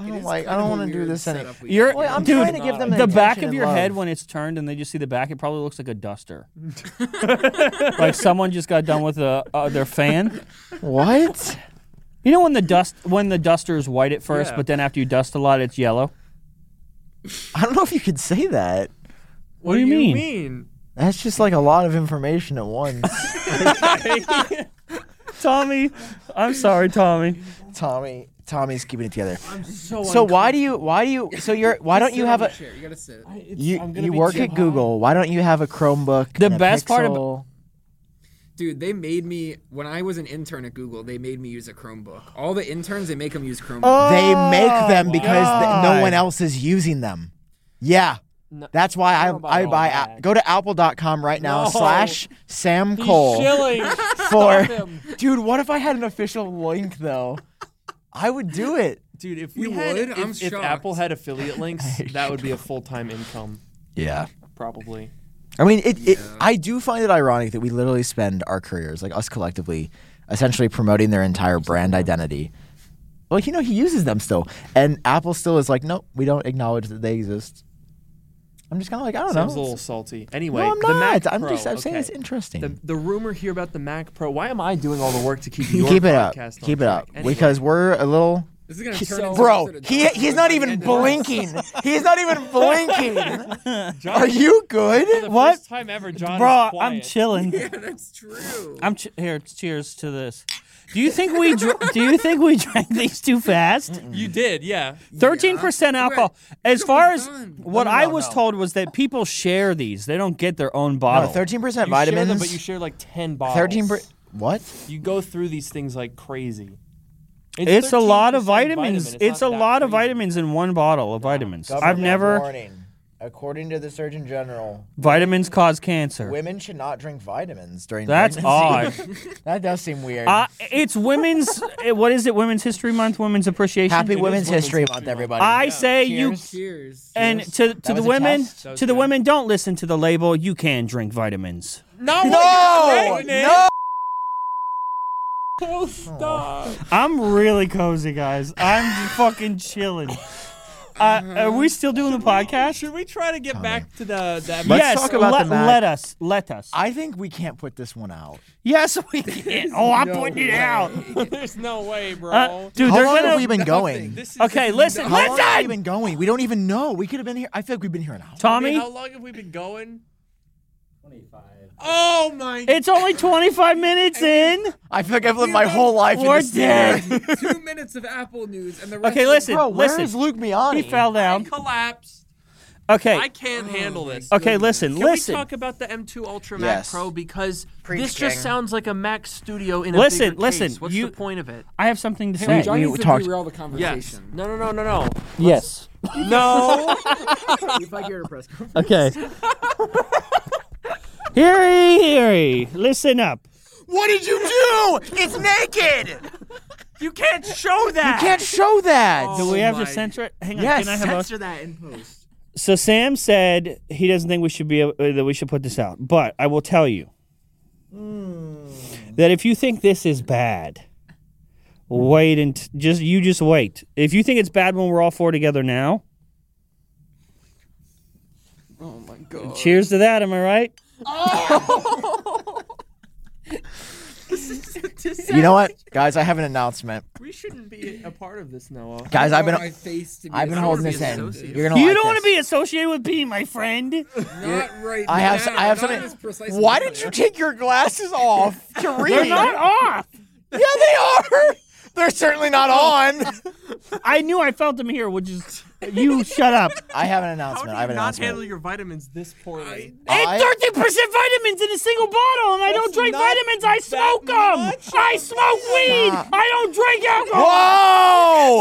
[SPEAKER 1] I
[SPEAKER 4] It
[SPEAKER 1] don't
[SPEAKER 4] is
[SPEAKER 1] like. I
[SPEAKER 4] kind of
[SPEAKER 1] don't
[SPEAKER 4] a
[SPEAKER 1] want to do
[SPEAKER 4] weird
[SPEAKER 1] this anymore.
[SPEAKER 4] setup we
[SPEAKER 2] You're
[SPEAKER 4] have.
[SPEAKER 1] Well, I'm
[SPEAKER 2] dude,
[SPEAKER 1] trying to give them
[SPEAKER 2] the back
[SPEAKER 1] attention
[SPEAKER 2] of
[SPEAKER 1] and
[SPEAKER 2] your head
[SPEAKER 1] love.
[SPEAKER 2] when it's turned and they just see the back. It probably looks like
[SPEAKER 1] [LAUGHS]
[SPEAKER 2] a duster. like someone just got done with uh uh, their fan.
[SPEAKER 1] [LAUGHS] What?
[SPEAKER 2] You know when the dust when the duster is white at first,
[SPEAKER 3] Yeah.
[SPEAKER 2] but then after you dust a lot, it's yellow.
[SPEAKER 1] I don't know if you could say that.
[SPEAKER 3] What do
[SPEAKER 2] do
[SPEAKER 3] you
[SPEAKER 2] you mean?
[SPEAKER 3] mean?
[SPEAKER 1] That's just like a lot of information at once,
[SPEAKER 4] [LAUGHS]
[SPEAKER 2] Tommy, I'm sorry, Tommy.
[SPEAKER 1] Tommy. Tommy's keeping it together.
[SPEAKER 3] So,
[SPEAKER 1] So why do you? Why do you? So you're. Why don't
[SPEAKER 4] Sit
[SPEAKER 1] you
[SPEAKER 4] on
[SPEAKER 1] have
[SPEAKER 4] your
[SPEAKER 1] a?
[SPEAKER 4] chair. You gotta sit.
[SPEAKER 1] You you work at Google. Why don't you have a Chromebook?
[SPEAKER 2] The
[SPEAKER 1] and a
[SPEAKER 2] best part ab-
[SPEAKER 1] Pixel?
[SPEAKER 4] Dude, they made me when I was an intern at Google. They made me use a Chromebook. All the interns, they make them use Chromebooks.
[SPEAKER 1] They make them because th- no
[SPEAKER 2] God.
[SPEAKER 1] one else is using them. Yeah. That's why
[SPEAKER 3] don't know about
[SPEAKER 1] I, I
[SPEAKER 3] all
[SPEAKER 1] buy
[SPEAKER 3] that.
[SPEAKER 1] a- go to apple.com right now
[SPEAKER 3] No.
[SPEAKER 1] slash Sam Cole
[SPEAKER 3] Chilling.
[SPEAKER 1] [LAUGHS] for
[SPEAKER 3] him.
[SPEAKER 1] Dude, what if I had an official link though? I would do it.
[SPEAKER 3] Dude, if we
[SPEAKER 4] You
[SPEAKER 3] had,
[SPEAKER 4] would?
[SPEAKER 3] If,
[SPEAKER 4] I'm
[SPEAKER 3] if Apple
[SPEAKER 4] shocked.
[SPEAKER 3] had affiliate links, that would be a full time income,
[SPEAKER 1] Yeah.
[SPEAKER 3] probably.
[SPEAKER 1] I mean, it, it. I do find it ironic that we literally spend our careers, like us collectively, essentially promoting their entire brand identity. Well, you know, he uses them still, and Apple still is like, no, we don't acknowledge that they exist. I'm just kind of like, I don't
[SPEAKER 3] Sounds a
[SPEAKER 1] know.
[SPEAKER 3] little salty. Anyway,
[SPEAKER 1] no, I'm
[SPEAKER 3] the Mac
[SPEAKER 1] not. I'm
[SPEAKER 3] Pro,
[SPEAKER 1] just. I'm saying
[SPEAKER 3] okay.
[SPEAKER 1] it's interesting.
[SPEAKER 3] The, the rumor here about the Mac Pro. Why am I doing all the work to keep
[SPEAKER 1] [LAUGHS]
[SPEAKER 3] your
[SPEAKER 1] keep it up.
[SPEAKER 3] podcast on
[SPEAKER 1] Keep it up.
[SPEAKER 3] track? Anyway,
[SPEAKER 1] Because we're a little.
[SPEAKER 4] This is gonna turn into
[SPEAKER 1] Bro,
[SPEAKER 4] some sort of
[SPEAKER 1] he,
[SPEAKER 4] dog
[SPEAKER 1] he's
[SPEAKER 4] fight
[SPEAKER 1] not
[SPEAKER 4] by the
[SPEAKER 1] even
[SPEAKER 4] end of this.
[SPEAKER 1] blinking. He's not even blinking.
[SPEAKER 3] John,
[SPEAKER 1] Are you
[SPEAKER 3] for
[SPEAKER 1] good?
[SPEAKER 3] the
[SPEAKER 2] What?
[SPEAKER 3] First time ever, John.
[SPEAKER 2] Bro,
[SPEAKER 3] is quiet.
[SPEAKER 2] I'm chilling.
[SPEAKER 4] Yeah, [LAUGHS] that's true.
[SPEAKER 2] [LAUGHS] I'm ch- here. Cheers to this. Do you think we dr- do you think we [LAUGHS] drank these too fast?
[SPEAKER 3] You did, yeah.
[SPEAKER 2] Thirteen percent
[SPEAKER 4] Yeah.
[SPEAKER 2] alcohol. As
[SPEAKER 4] Come
[SPEAKER 2] far
[SPEAKER 4] on.
[SPEAKER 2] as what I was told was that people share these; they don't get their own bottle.
[SPEAKER 1] Thirteen percent
[SPEAKER 3] You share
[SPEAKER 1] vitamins.
[SPEAKER 3] them, but you share like ten bottles.
[SPEAKER 1] Thirteen. Per- what?
[SPEAKER 3] You go through these things like crazy.
[SPEAKER 2] it's a lot of
[SPEAKER 3] 13%
[SPEAKER 2] vitamins.
[SPEAKER 3] vitamin.
[SPEAKER 2] It's, a
[SPEAKER 3] not that
[SPEAKER 2] lot of
[SPEAKER 3] crazy.
[SPEAKER 2] vitamins in one bottle of vitamins. I've never
[SPEAKER 1] Warning. According to the Surgeon General,
[SPEAKER 2] vitamins cause cancer.
[SPEAKER 1] women should not drink vitamins during.
[SPEAKER 2] That's odd.
[SPEAKER 1] pregnancy. [LAUGHS] that does seem weird.
[SPEAKER 2] uh, it's
[SPEAKER 1] [LAUGHS]
[SPEAKER 2] women's. eh, what is it? Women's History Month. Women's Appreciation.
[SPEAKER 1] Happy
[SPEAKER 2] It is
[SPEAKER 1] Women's
[SPEAKER 2] wo-
[SPEAKER 1] History Month, everybody.
[SPEAKER 2] I say you
[SPEAKER 1] Cheers.
[SPEAKER 4] Cheers.
[SPEAKER 2] and to to the
[SPEAKER 1] was a
[SPEAKER 2] women
[SPEAKER 1] test.
[SPEAKER 2] to the women don't listen to the label. You can drink vitamins.
[SPEAKER 3] No,
[SPEAKER 1] no, no.
[SPEAKER 3] stop.
[SPEAKER 2] I'm really cozy, guys. I'm fucking chilling. Uh, are
[SPEAKER 1] Uh-huh.
[SPEAKER 2] we still doing the podcast?
[SPEAKER 3] Should we try to get back to the that?
[SPEAKER 1] Let's
[SPEAKER 2] yes,
[SPEAKER 1] talk about
[SPEAKER 2] let,
[SPEAKER 1] the Mac.
[SPEAKER 2] let us. Let us.
[SPEAKER 1] I think we can't put this one out.
[SPEAKER 2] yes, [LAUGHS] we can. Oh, I'm putting it out.
[SPEAKER 3] [LAUGHS] There's no way, bro.
[SPEAKER 2] Uh, dude,
[SPEAKER 1] How
[SPEAKER 2] they're
[SPEAKER 1] long
[SPEAKER 2] gonna.
[SPEAKER 1] have we been going?
[SPEAKER 3] this is
[SPEAKER 2] okay, listen.
[SPEAKER 1] How long have we
[SPEAKER 2] listen!
[SPEAKER 1] been going? We don't even know. We could have been here. I feel like we've been here an hour.
[SPEAKER 2] Tommy,
[SPEAKER 3] How long have we been going? Twenty-five. Oh my!
[SPEAKER 2] it's only 25 minutes in.
[SPEAKER 1] I feel like I've lived my whole life
[SPEAKER 2] We're
[SPEAKER 1] in this theater. [LAUGHS]
[SPEAKER 2] dead.
[SPEAKER 4] Two minutes of Apple news and the rest.
[SPEAKER 2] Okay,
[SPEAKER 4] of-
[SPEAKER 2] listen.
[SPEAKER 1] Bro, where
[SPEAKER 2] listen.
[SPEAKER 1] is Luke Miani?
[SPEAKER 2] He fell
[SPEAKER 3] I
[SPEAKER 2] down.
[SPEAKER 3] collapsed. I
[SPEAKER 2] Okay.
[SPEAKER 3] can't handle this.
[SPEAKER 2] Okay, listen.
[SPEAKER 3] Can
[SPEAKER 2] listen.
[SPEAKER 3] we talk about the M2 Ultra Mac
[SPEAKER 1] Yes.
[SPEAKER 3] Pro because this
[SPEAKER 1] Preach,
[SPEAKER 3] just
[SPEAKER 1] King.
[SPEAKER 3] sounds like a Mac Studio in a
[SPEAKER 2] Listen,
[SPEAKER 3] bigger case.
[SPEAKER 2] listen,
[SPEAKER 3] What's
[SPEAKER 2] you-
[SPEAKER 3] the point of it?
[SPEAKER 2] I have something to say.
[SPEAKER 1] John-
[SPEAKER 4] John
[SPEAKER 1] we
[SPEAKER 4] needs to
[SPEAKER 1] talked-
[SPEAKER 4] derail the
[SPEAKER 3] Yes.
[SPEAKER 4] conversation.
[SPEAKER 3] No, no, no, no, [LAUGHS] no.
[SPEAKER 2] yes.
[SPEAKER 3] No.
[SPEAKER 4] If I get a
[SPEAKER 1] [LAUGHS]
[SPEAKER 4] press conference.
[SPEAKER 2] Okay.
[SPEAKER 3] [LAUGHS]
[SPEAKER 2] Heary, heary. Listen up.
[SPEAKER 1] What did you do? It's naked.
[SPEAKER 3] you can't show that.
[SPEAKER 1] Can't show that.
[SPEAKER 2] Do we have
[SPEAKER 3] my-
[SPEAKER 2] to Oh censor it? Hang on.
[SPEAKER 1] Yes,
[SPEAKER 2] can I have a-
[SPEAKER 4] that in post.
[SPEAKER 2] So Sam said he doesn't think we should be uh, that we should put this out. But I will tell you that if you think this is bad, wait and t- just you just wait. If you think it's bad when we're all four together now,
[SPEAKER 4] Oh my god.
[SPEAKER 2] cheers to that. Am I right?
[SPEAKER 3] [LAUGHS]
[SPEAKER 1] You know what, guys? I have an announcement.
[SPEAKER 3] We shouldn't be a part of this, Noah.
[SPEAKER 1] Guys, I've been
[SPEAKER 4] my face to be
[SPEAKER 1] I've been
[SPEAKER 4] I
[SPEAKER 1] holding
[SPEAKER 4] wanna
[SPEAKER 1] this
[SPEAKER 4] be
[SPEAKER 1] in.
[SPEAKER 4] associated.
[SPEAKER 1] You're gonna.
[SPEAKER 2] you
[SPEAKER 1] like
[SPEAKER 2] don't want to
[SPEAKER 1] this.
[SPEAKER 2] be associated with me, my
[SPEAKER 4] [LAUGHS]
[SPEAKER 2] friend.
[SPEAKER 4] Not right
[SPEAKER 1] I have.
[SPEAKER 4] now,
[SPEAKER 1] I have
[SPEAKER 4] not in this precise
[SPEAKER 1] something. Why
[SPEAKER 4] moment.
[SPEAKER 1] did you take your [LAUGHS] glasses off to read?
[SPEAKER 2] They're not off.
[SPEAKER 1] [LAUGHS] Yeah, they are. [LAUGHS] They're certainly not on.
[SPEAKER 2] I knew I felt them here, which is you shut up.
[SPEAKER 1] I have an
[SPEAKER 3] How do
[SPEAKER 1] announcement. I
[SPEAKER 3] you
[SPEAKER 1] have an
[SPEAKER 3] not handle
[SPEAKER 1] announcement.
[SPEAKER 3] your vitamins this poorly?
[SPEAKER 1] I-
[SPEAKER 2] And thirteen percent vitamins in a single bottle, and I don't
[SPEAKER 3] That's
[SPEAKER 2] drink
[SPEAKER 3] not
[SPEAKER 2] vitamins. I smoke
[SPEAKER 3] that
[SPEAKER 2] them.
[SPEAKER 3] much.
[SPEAKER 2] I smoke weed.
[SPEAKER 1] Stop.
[SPEAKER 2] I don't drink alcohol.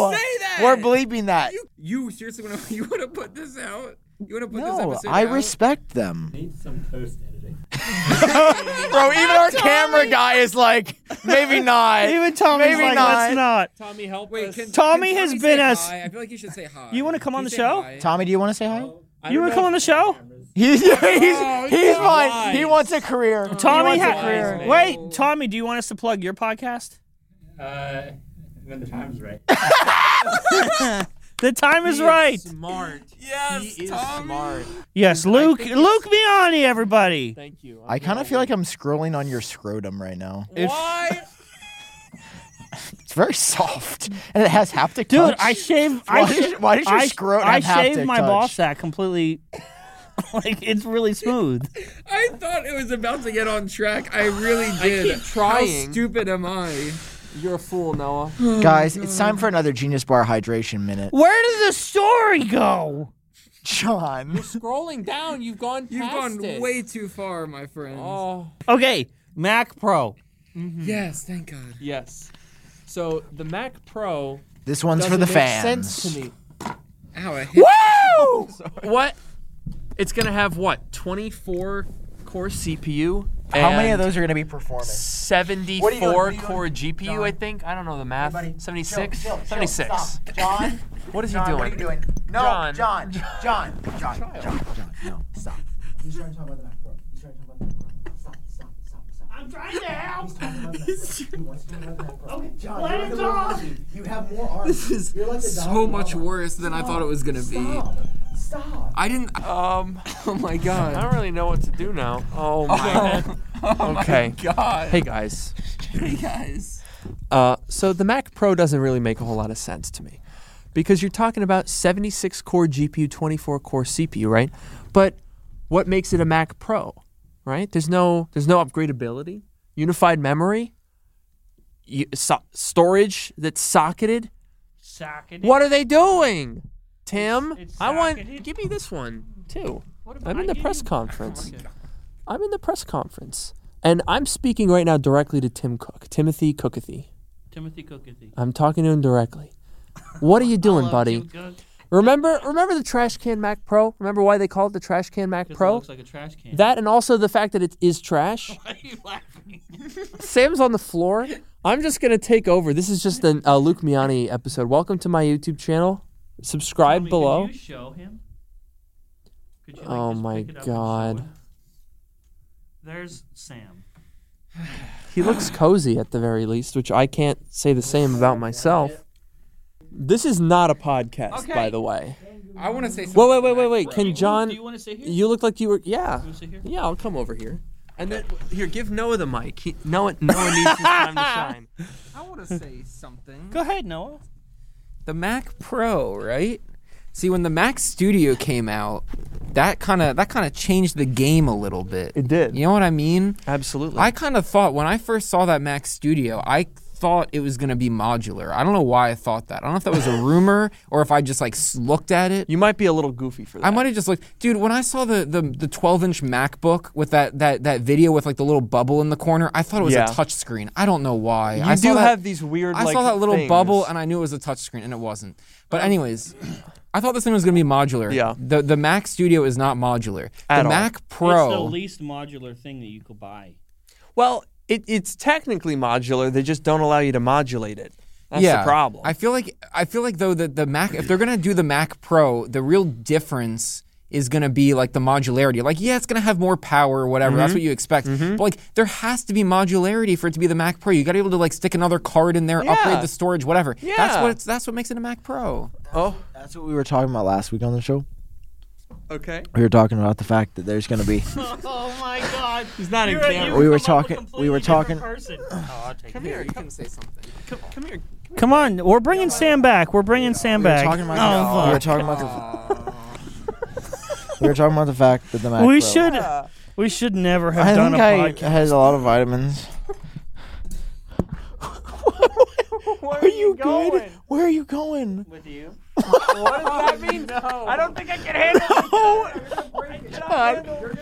[SPEAKER 1] Whoa!
[SPEAKER 4] Say that.
[SPEAKER 1] We're bleeping that.
[SPEAKER 4] You seriously want to? [LAUGHS] You want to put this out? You want to put this
[SPEAKER 1] No,
[SPEAKER 4] episode
[SPEAKER 1] I
[SPEAKER 4] out?
[SPEAKER 1] respect them. [LAUGHS] Need some post editing. Bro, even our camera guy is like, maybe not.
[SPEAKER 2] Even Tommy's
[SPEAKER 1] Maybe
[SPEAKER 2] like,
[SPEAKER 1] not.
[SPEAKER 2] let's not.
[SPEAKER 3] Tommy, help
[SPEAKER 4] Wait,
[SPEAKER 3] us.
[SPEAKER 4] can,
[SPEAKER 2] Tommy
[SPEAKER 4] can
[SPEAKER 2] has
[SPEAKER 4] Tommy
[SPEAKER 2] been
[SPEAKER 4] say
[SPEAKER 2] us-
[SPEAKER 4] Hi? I feel like you should say hi.
[SPEAKER 2] You wanna come on
[SPEAKER 4] Can
[SPEAKER 2] the
[SPEAKER 4] you say
[SPEAKER 2] show?
[SPEAKER 4] hi?
[SPEAKER 1] Tommy, do you want to say hi?
[SPEAKER 3] I
[SPEAKER 2] You
[SPEAKER 3] don't
[SPEAKER 2] want to come
[SPEAKER 3] know
[SPEAKER 2] on the
[SPEAKER 3] if-
[SPEAKER 2] show?
[SPEAKER 1] [LAUGHS] He's he's, he's
[SPEAKER 3] no
[SPEAKER 1] fine. He
[SPEAKER 3] lies.
[SPEAKER 1] wants a career.
[SPEAKER 2] Tommy,
[SPEAKER 1] he wants
[SPEAKER 2] ha-
[SPEAKER 1] a career.
[SPEAKER 3] man.
[SPEAKER 2] wait, Tommy, do you want us to plug your podcast?
[SPEAKER 6] Uh, when the time's right.
[SPEAKER 2] The time is
[SPEAKER 3] He
[SPEAKER 2] right.
[SPEAKER 3] Smart. Yes, he is smart.
[SPEAKER 2] Yes, Luke, Luke Miani, everybody.
[SPEAKER 3] Thank you.
[SPEAKER 1] I kind of feel like I'm scrolling on your scrotum right now.
[SPEAKER 3] Why?
[SPEAKER 1] It's very soft, and it has haptic
[SPEAKER 2] Dude,
[SPEAKER 1] touch.
[SPEAKER 2] I shave.
[SPEAKER 1] Why
[SPEAKER 2] I
[SPEAKER 1] does- why does your
[SPEAKER 2] I,
[SPEAKER 1] scrotum
[SPEAKER 2] I
[SPEAKER 1] have
[SPEAKER 2] shave
[SPEAKER 1] haptic
[SPEAKER 2] my
[SPEAKER 1] touch?
[SPEAKER 2] ball sack completely. [LAUGHS] like it's really smooth.
[SPEAKER 4] I thought it was about to get on track. I really did.
[SPEAKER 3] keep trying.
[SPEAKER 4] How stupid am I?
[SPEAKER 3] You're a fool, Noah.
[SPEAKER 1] Guys, it's time for another Genius Bar hydration minute.
[SPEAKER 2] Where does the story go?
[SPEAKER 1] John,
[SPEAKER 3] [LAUGHS] Scrolling down, you've gone.
[SPEAKER 4] You've
[SPEAKER 3] past
[SPEAKER 4] gone
[SPEAKER 3] it.
[SPEAKER 4] way too far, my friend. Hmm.
[SPEAKER 3] Oh
[SPEAKER 2] Okay, Mac Pro.
[SPEAKER 4] Yes, thank God.
[SPEAKER 3] yes. So the Mac Pro
[SPEAKER 1] this one's
[SPEAKER 3] doesn't
[SPEAKER 1] for the
[SPEAKER 3] make
[SPEAKER 1] fans.
[SPEAKER 3] sense to me.
[SPEAKER 4] Ow, I hit.
[SPEAKER 1] Woo!
[SPEAKER 3] What? It's gonna have what? 24 core CPU.
[SPEAKER 1] How many of
[SPEAKER 3] and
[SPEAKER 1] those are going to be performing?
[SPEAKER 3] 74
[SPEAKER 1] doing? What are you
[SPEAKER 3] core GPU, I think. I don't know the math. 76.
[SPEAKER 1] Chill, chill, chill,
[SPEAKER 3] 76.
[SPEAKER 1] stop. John,
[SPEAKER 3] [LAUGHS] What is he
[SPEAKER 1] John,
[SPEAKER 3] doing?
[SPEAKER 1] what are you doing? No,
[SPEAKER 3] John.
[SPEAKER 1] John, John, John, John, John, no, stop. I'm just trying to talk about the Mac Pro.
[SPEAKER 6] I'm trying to help. okay,
[SPEAKER 1] John,
[SPEAKER 6] let
[SPEAKER 1] you're
[SPEAKER 6] it
[SPEAKER 1] like a little
[SPEAKER 6] talk.
[SPEAKER 1] monkey. You have more arms.
[SPEAKER 4] This
[SPEAKER 1] You're like the
[SPEAKER 4] is
[SPEAKER 1] dog
[SPEAKER 4] so
[SPEAKER 1] in
[SPEAKER 4] much
[SPEAKER 1] Mama.
[SPEAKER 4] worse than I thought it was gonna be.
[SPEAKER 1] Stop. Stop.
[SPEAKER 4] I didn't.
[SPEAKER 3] Um,
[SPEAKER 4] [LAUGHS] Oh my
[SPEAKER 3] I
[SPEAKER 4] god.
[SPEAKER 3] don't really know what to do now. Oh
[SPEAKER 1] [LAUGHS]
[SPEAKER 3] my.
[SPEAKER 1] Oh,
[SPEAKER 3] okay.
[SPEAKER 4] God.
[SPEAKER 3] Hey guys.
[SPEAKER 4] Hey [LAUGHS] guys.
[SPEAKER 3] Uh, so the Mac Pro doesn't really make a whole lot of sense to me because you're talking about 76 core GPU, 24 core CPU, right? But what makes it a Mac Pro, right? There's no there's no upgradability, unified memory, you, so- storage that's socketed.
[SPEAKER 6] Socketed.
[SPEAKER 3] What are they doing, Tim?
[SPEAKER 6] It's- it's
[SPEAKER 3] I want
[SPEAKER 6] socketed.
[SPEAKER 3] give me this one too.
[SPEAKER 6] What
[SPEAKER 3] I'm
[SPEAKER 6] about-
[SPEAKER 3] in
[SPEAKER 6] I
[SPEAKER 3] the
[SPEAKER 6] gave
[SPEAKER 3] press
[SPEAKER 6] you-
[SPEAKER 3] conference. I'm in the press conference, and I'm speaking right now directly to Tim Cook, Timothy Cookathy.
[SPEAKER 6] Timothy Cookathy.
[SPEAKER 3] I'm talking to him directly. What are you doing,
[SPEAKER 6] Hello,
[SPEAKER 3] buddy?
[SPEAKER 6] Tim Cook. 'Cause
[SPEAKER 3] Remember, remember the trash can Mac Pro. Remember why they call it the trash can Mac
[SPEAKER 6] it
[SPEAKER 3] Pro?
[SPEAKER 6] looks like a trash can.
[SPEAKER 3] That and also the fact that it is trash.
[SPEAKER 6] Why [LAUGHS] are you
[SPEAKER 3] [LAUGHS]
[SPEAKER 6] laughing?
[SPEAKER 3] Sam's on the floor. I'm just gonna take over. This is just a uh, Luke Miani episode. Welcome to my YouTube channel.
[SPEAKER 6] Tommy,
[SPEAKER 3] Subscribe
[SPEAKER 6] could
[SPEAKER 3] below.
[SPEAKER 6] you show him? Could you, like,
[SPEAKER 3] Oh
[SPEAKER 6] just
[SPEAKER 3] my
[SPEAKER 6] pick it up and show
[SPEAKER 3] God.
[SPEAKER 6] him? There's Sam.
[SPEAKER 3] He looks cozy at the very least, which I can't say the same about myself. This is not a podcast, by
[SPEAKER 4] Okay.
[SPEAKER 3] the way.
[SPEAKER 4] I want to say something.
[SPEAKER 3] Wait, wait, wait, wait, wait.
[SPEAKER 6] Do
[SPEAKER 3] Can
[SPEAKER 6] you-
[SPEAKER 3] John?
[SPEAKER 6] Do you want to sit here?
[SPEAKER 3] You look like you were. Yeah.
[SPEAKER 6] wanna sit here?
[SPEAKER 3] Yeah, I'll come over here. And then here, give Noah the mic. He, Noah, Noah needs his time to shine.
[SPEAKER 4] I want to say something.
[SPEAKER 2] Go ahead, Noah.
[SPEAKER 4] The Mac Pro, right? See, when the Mac Studio came out, that kind of that kind of changed the game a little bit.
[SPEAKER 3] [LAUGHS] It did.
[SPEAKER 4] You know what I mean?
[SPEAKER 3] Absolutely.
[SPEAKER 4] I kind of thought when I first saw that Mac Studio, I thought it was going to be modular. I don't know why I thought that. I don't know if that
[SPEAKER 3] [LAUGHS]
[SPEAKER 4] was a rumor or if I just like s- looked at it.
[SPEAKER 3] you might be a little goofy for that.
[SPEAKER 4] I might have just looked, dude. When I saw the the the 12 inch MacBook with that that that video with like the little bubble in the corner, I thought it was
[SPEAKER 3] Yeah.
[SPEAKER 4] a touch screen. I don't know why.
[SPEAKER 3] You
[SPEAKER 4] I saw
[SPEAKER 3] do
[SPEAKER 4] that-
[SPEAKER 3] have these weird.
[SPEAKER 4] I
[SPEAKER 3] like,
[SPEAKER 4] saw that little
[SPEAKER 3] things. Uh,
[SPEAKER 4] bubble and I knew it was a touchscreen and it wasn't. But anyways, [CLEARS THROAT] I thought this thing was gonna be modular.
[SPEAKER 3] Yeah.
[SPEAKER 4] The the Mac Studio is not modular.
[SPEAKER 3] At
[SPEAKER 4] the
[SPEAKER 3] all.
[SPEAKER 4] Mac
[SPEAKER 6] It's the
[SPEAKER 4] Pro.
[SPEAKER 6] least modular thing that you could buy.
[SPEAKER 3] well, it, it's technically modular. They just don't allow you to modulate it. That's
[SPEAKER 4] yeah,
[SPEAKER 3] the problem.
[SPEAKER 4] I feel like I feel like though that the Mac if they're gonna do the Mac Pro, the real difference is gonna be like the modularity. Like, yeah, it's gonna have more power or whatever.
[SPEAKER 3] Mm-hmm.
[SPEAKER 4] That's what you expect. But like there has to be modularity for it to be the Mac Pro. You gotta be able to like stick another card in there,
[SPEAKER 3] Yeah.
[SPEAKER 4] upgrade the storage, whatever. That's
[SPEAKER 3] Yeah.
[SPEAKER 4] what it's that's what makes it a Mac Pro.
[SPEAKER 3] oh,
[SPEAKER 1] That's what we were talking about last week on the show.
[SPEAKER 3] okay.
[SPEAKER 1] We were talking about the fact that there's going to be.
[SPEAKER 6] [LAUGHS] oh my God!
[SPEAKER 3] He's not in
[SPEAKER 6] You're a-
[SPEAKER 3] camera.
[SPEAKER 6] you've
[SPEAKER 1] We were
[SPEAKER 6] come up with a
[SPEAKER 1] talking-
[SPEAKER 6] completely
[SPEAKER 1] we were
[SPEAKER 6] different
[SPEAKER 1] talking-
[SPEAKER 6] Person. Oh, I'll take
[SPEAKER 3] Come
[SPEAKER 6] it.
[SPEAKER 3] here. Come,
[SPEAKER 4] can say something.
[SPEAKER 3] come, come here.
[SPEAKER 2] Come on, we're bringing Sam back. We're bringing Sam
[SPEAKER 1] We were
[SPEAKER 2] back.
[SPEAKER 1] talking about.
[SPEAKER 2] Oh,
[SPEAKER 1] the, we were
[SPEAKER 2] fuck.
[SPEAKER 1] talking about the. we were talking about the fact that the Mac.
[SPEAKER 2] We
[SPEAKER 1] Pro-
[SPEAKER 2] should, we should never have
[SPEAKER 1] I
[SPEAKER 2] done
[SPEAKER 1] think
[SPEAKER 2] a
[SPEAKER 1] I
[SPEAKER 2] podcast.
[SPEAKER 1] has a lot of vitamins.
[SPEAKER 2] [LAUGHS]
[SPEAKER 3] Where
[SPEAKER 1] Are you good? Where are you going?
[SPEAKER 6] With you.
[SPEAKER 3] What does that mean?
[SPEAKER 6] I don't think I can handle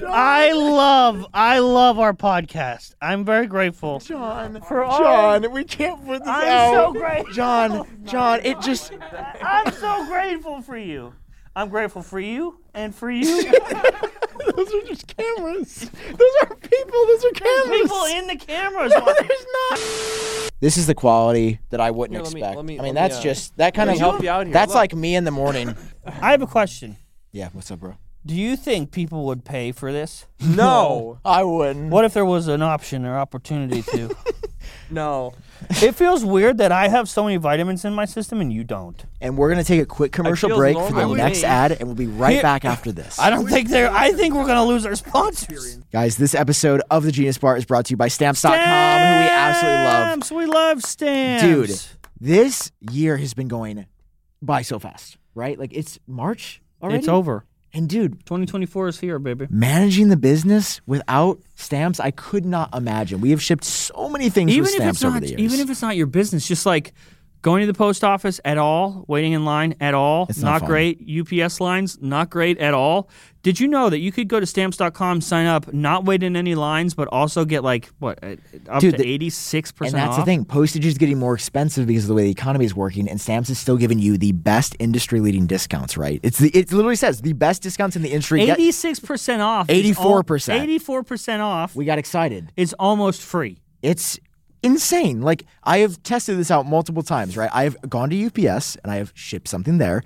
[SPEAKER 2] I love, I love our podcast. I'm very grateful.
[SPEAKER 1] John,
[SPEAKER 2] For all-
[SPEAKER 1] John, we can't put this
[SPEAKER 2] I'm so
[SPEAKER 1] out.
[SPEAKER 2] great.
[SPEAKER 1] John, John, it just
[SPEAKER 2] I'm so grateful for you. I'm grateful for you and for
[SPEAKER 1] [LAUGHS]
[SPEAKER 2] you.
[SPEAKER 1] those are just cameras. Those are people. Those are cameras.
[SPEAKER 2] People in the cameras.
[SPEAKER 1] This is the quality that I wouldn't
[SPEAKER 3] Here, let me-
[SPEAKER 1] expect.
[SPEAKER 3] let me-
[SPEAKER 1] I mean,
[SPEAKER 3] let me,
[SPEAKER 1] that's
[SPEAKER 3] uh,
[SPEAKER 1] just that kind
[SPEAKER 3] let
[SPEAKER 1] of
[SPEAKER 3] me help you out here,
[SPEAKER 1] That's
[SPEAKER 3] look.
[SPEAKER 1] like me in the morning. [LAUGHS]
[SPEAKER 2] I have a question.
[SPEAKER 1] yeah, what's up, bro?
[SPEAKER 2] Do you think people would pay for this?
[SPEAKER 3] No.
[SPEAKER 1] I wouldn't.
[SPEAKER 2] What if there was an option or
[SPEAKER 1] [LAUGHS]
[SPEAKER 2] opportunity to?
[SPEAKER 3] No.
[SPEAKER 2] it feels weird that I have so many vitamins in my system and you don't.
[SPEAKER 1] And we're gonna take a quick commercial
[SPEAKER 3] feels
[SPEAKER 1] break for
[SPEAKER 3] normal
[SPEAKER 1] the
[SPEAKER 3] to
[SPEAKER 1] next
[SPEAKER 3] me.
[SPEAKER 1] ad, and we'll be right
[SPEAKER 3] [LAUGHS]
[SPEAKER 2] Here-
[SPEAKER 1] back after this.
[SPEAKER 2] I don't think they're. I think we're gonna lose our sponsors.
[SPEAKER 1] Guys, this episode of the Genius Bar is brought to you by Stamps.com, who we absolutely love.
[SPEAKER 2] Stamps, We love
[SPEAKER 1] Dude,
[SPEAKER 2] stamps,
[SPEAKER 1] this year has been going by so fast, right? Like it's March already.
[SPEAKER 2] It's over.
[SPEAKER 1] And dude,
[SPEAKER 2] 2024 is here, baby.
[SPEAKER 1] managing the business without stamps, I could not imagine. We have shipped so many things
[SPEAKER 2] Even
[SPEAKER 1] with
[SPEAKER 2] if
[SPEAKER 1] stamps
[SPEAKER 2] it's not,
[SPEAKER 1] over the years.
[SPEAKER 2] even if it's not your business, just like going to the post office at all, waiting in line at all,
[SPEAKER 1] It's not
[SPEAKER 2] not,
[SPEAKER 1] fun.
[SPEAKER 2] great. UPS lines, not great at all. Did you know that you could go to stamps.com, sign up, not wait in any lines, but also get like what uh, up
[SPEAKER 1] Dude,
[SPEAKER 2] to
[SPEAKER 1] the-
[SPEAKER 2] 86
[SPEAKER 1] and
[SPEAKER 2] percent
[SPEAKER 1] that's
[SPEAKER 2] off?
[SPEAKER 1] the thing. Postage is getting more expensive because of the way the economy is working, and stamps is still giving you the best industry-leading discounts. Right? It's the it literally says the best discounts in the industry. Get-
[SPEAKER 2] 86% off.
[SPEAKER 1] 84%.
[SPEAKER 2] 84% off
[SPEAKER 1] we got excited.
[SPEAKER 2] is almost free.
[SPEAKER 1] It's insane. Like I have tested this out multiple times, right? I have gone to UPS and I have shipped something there,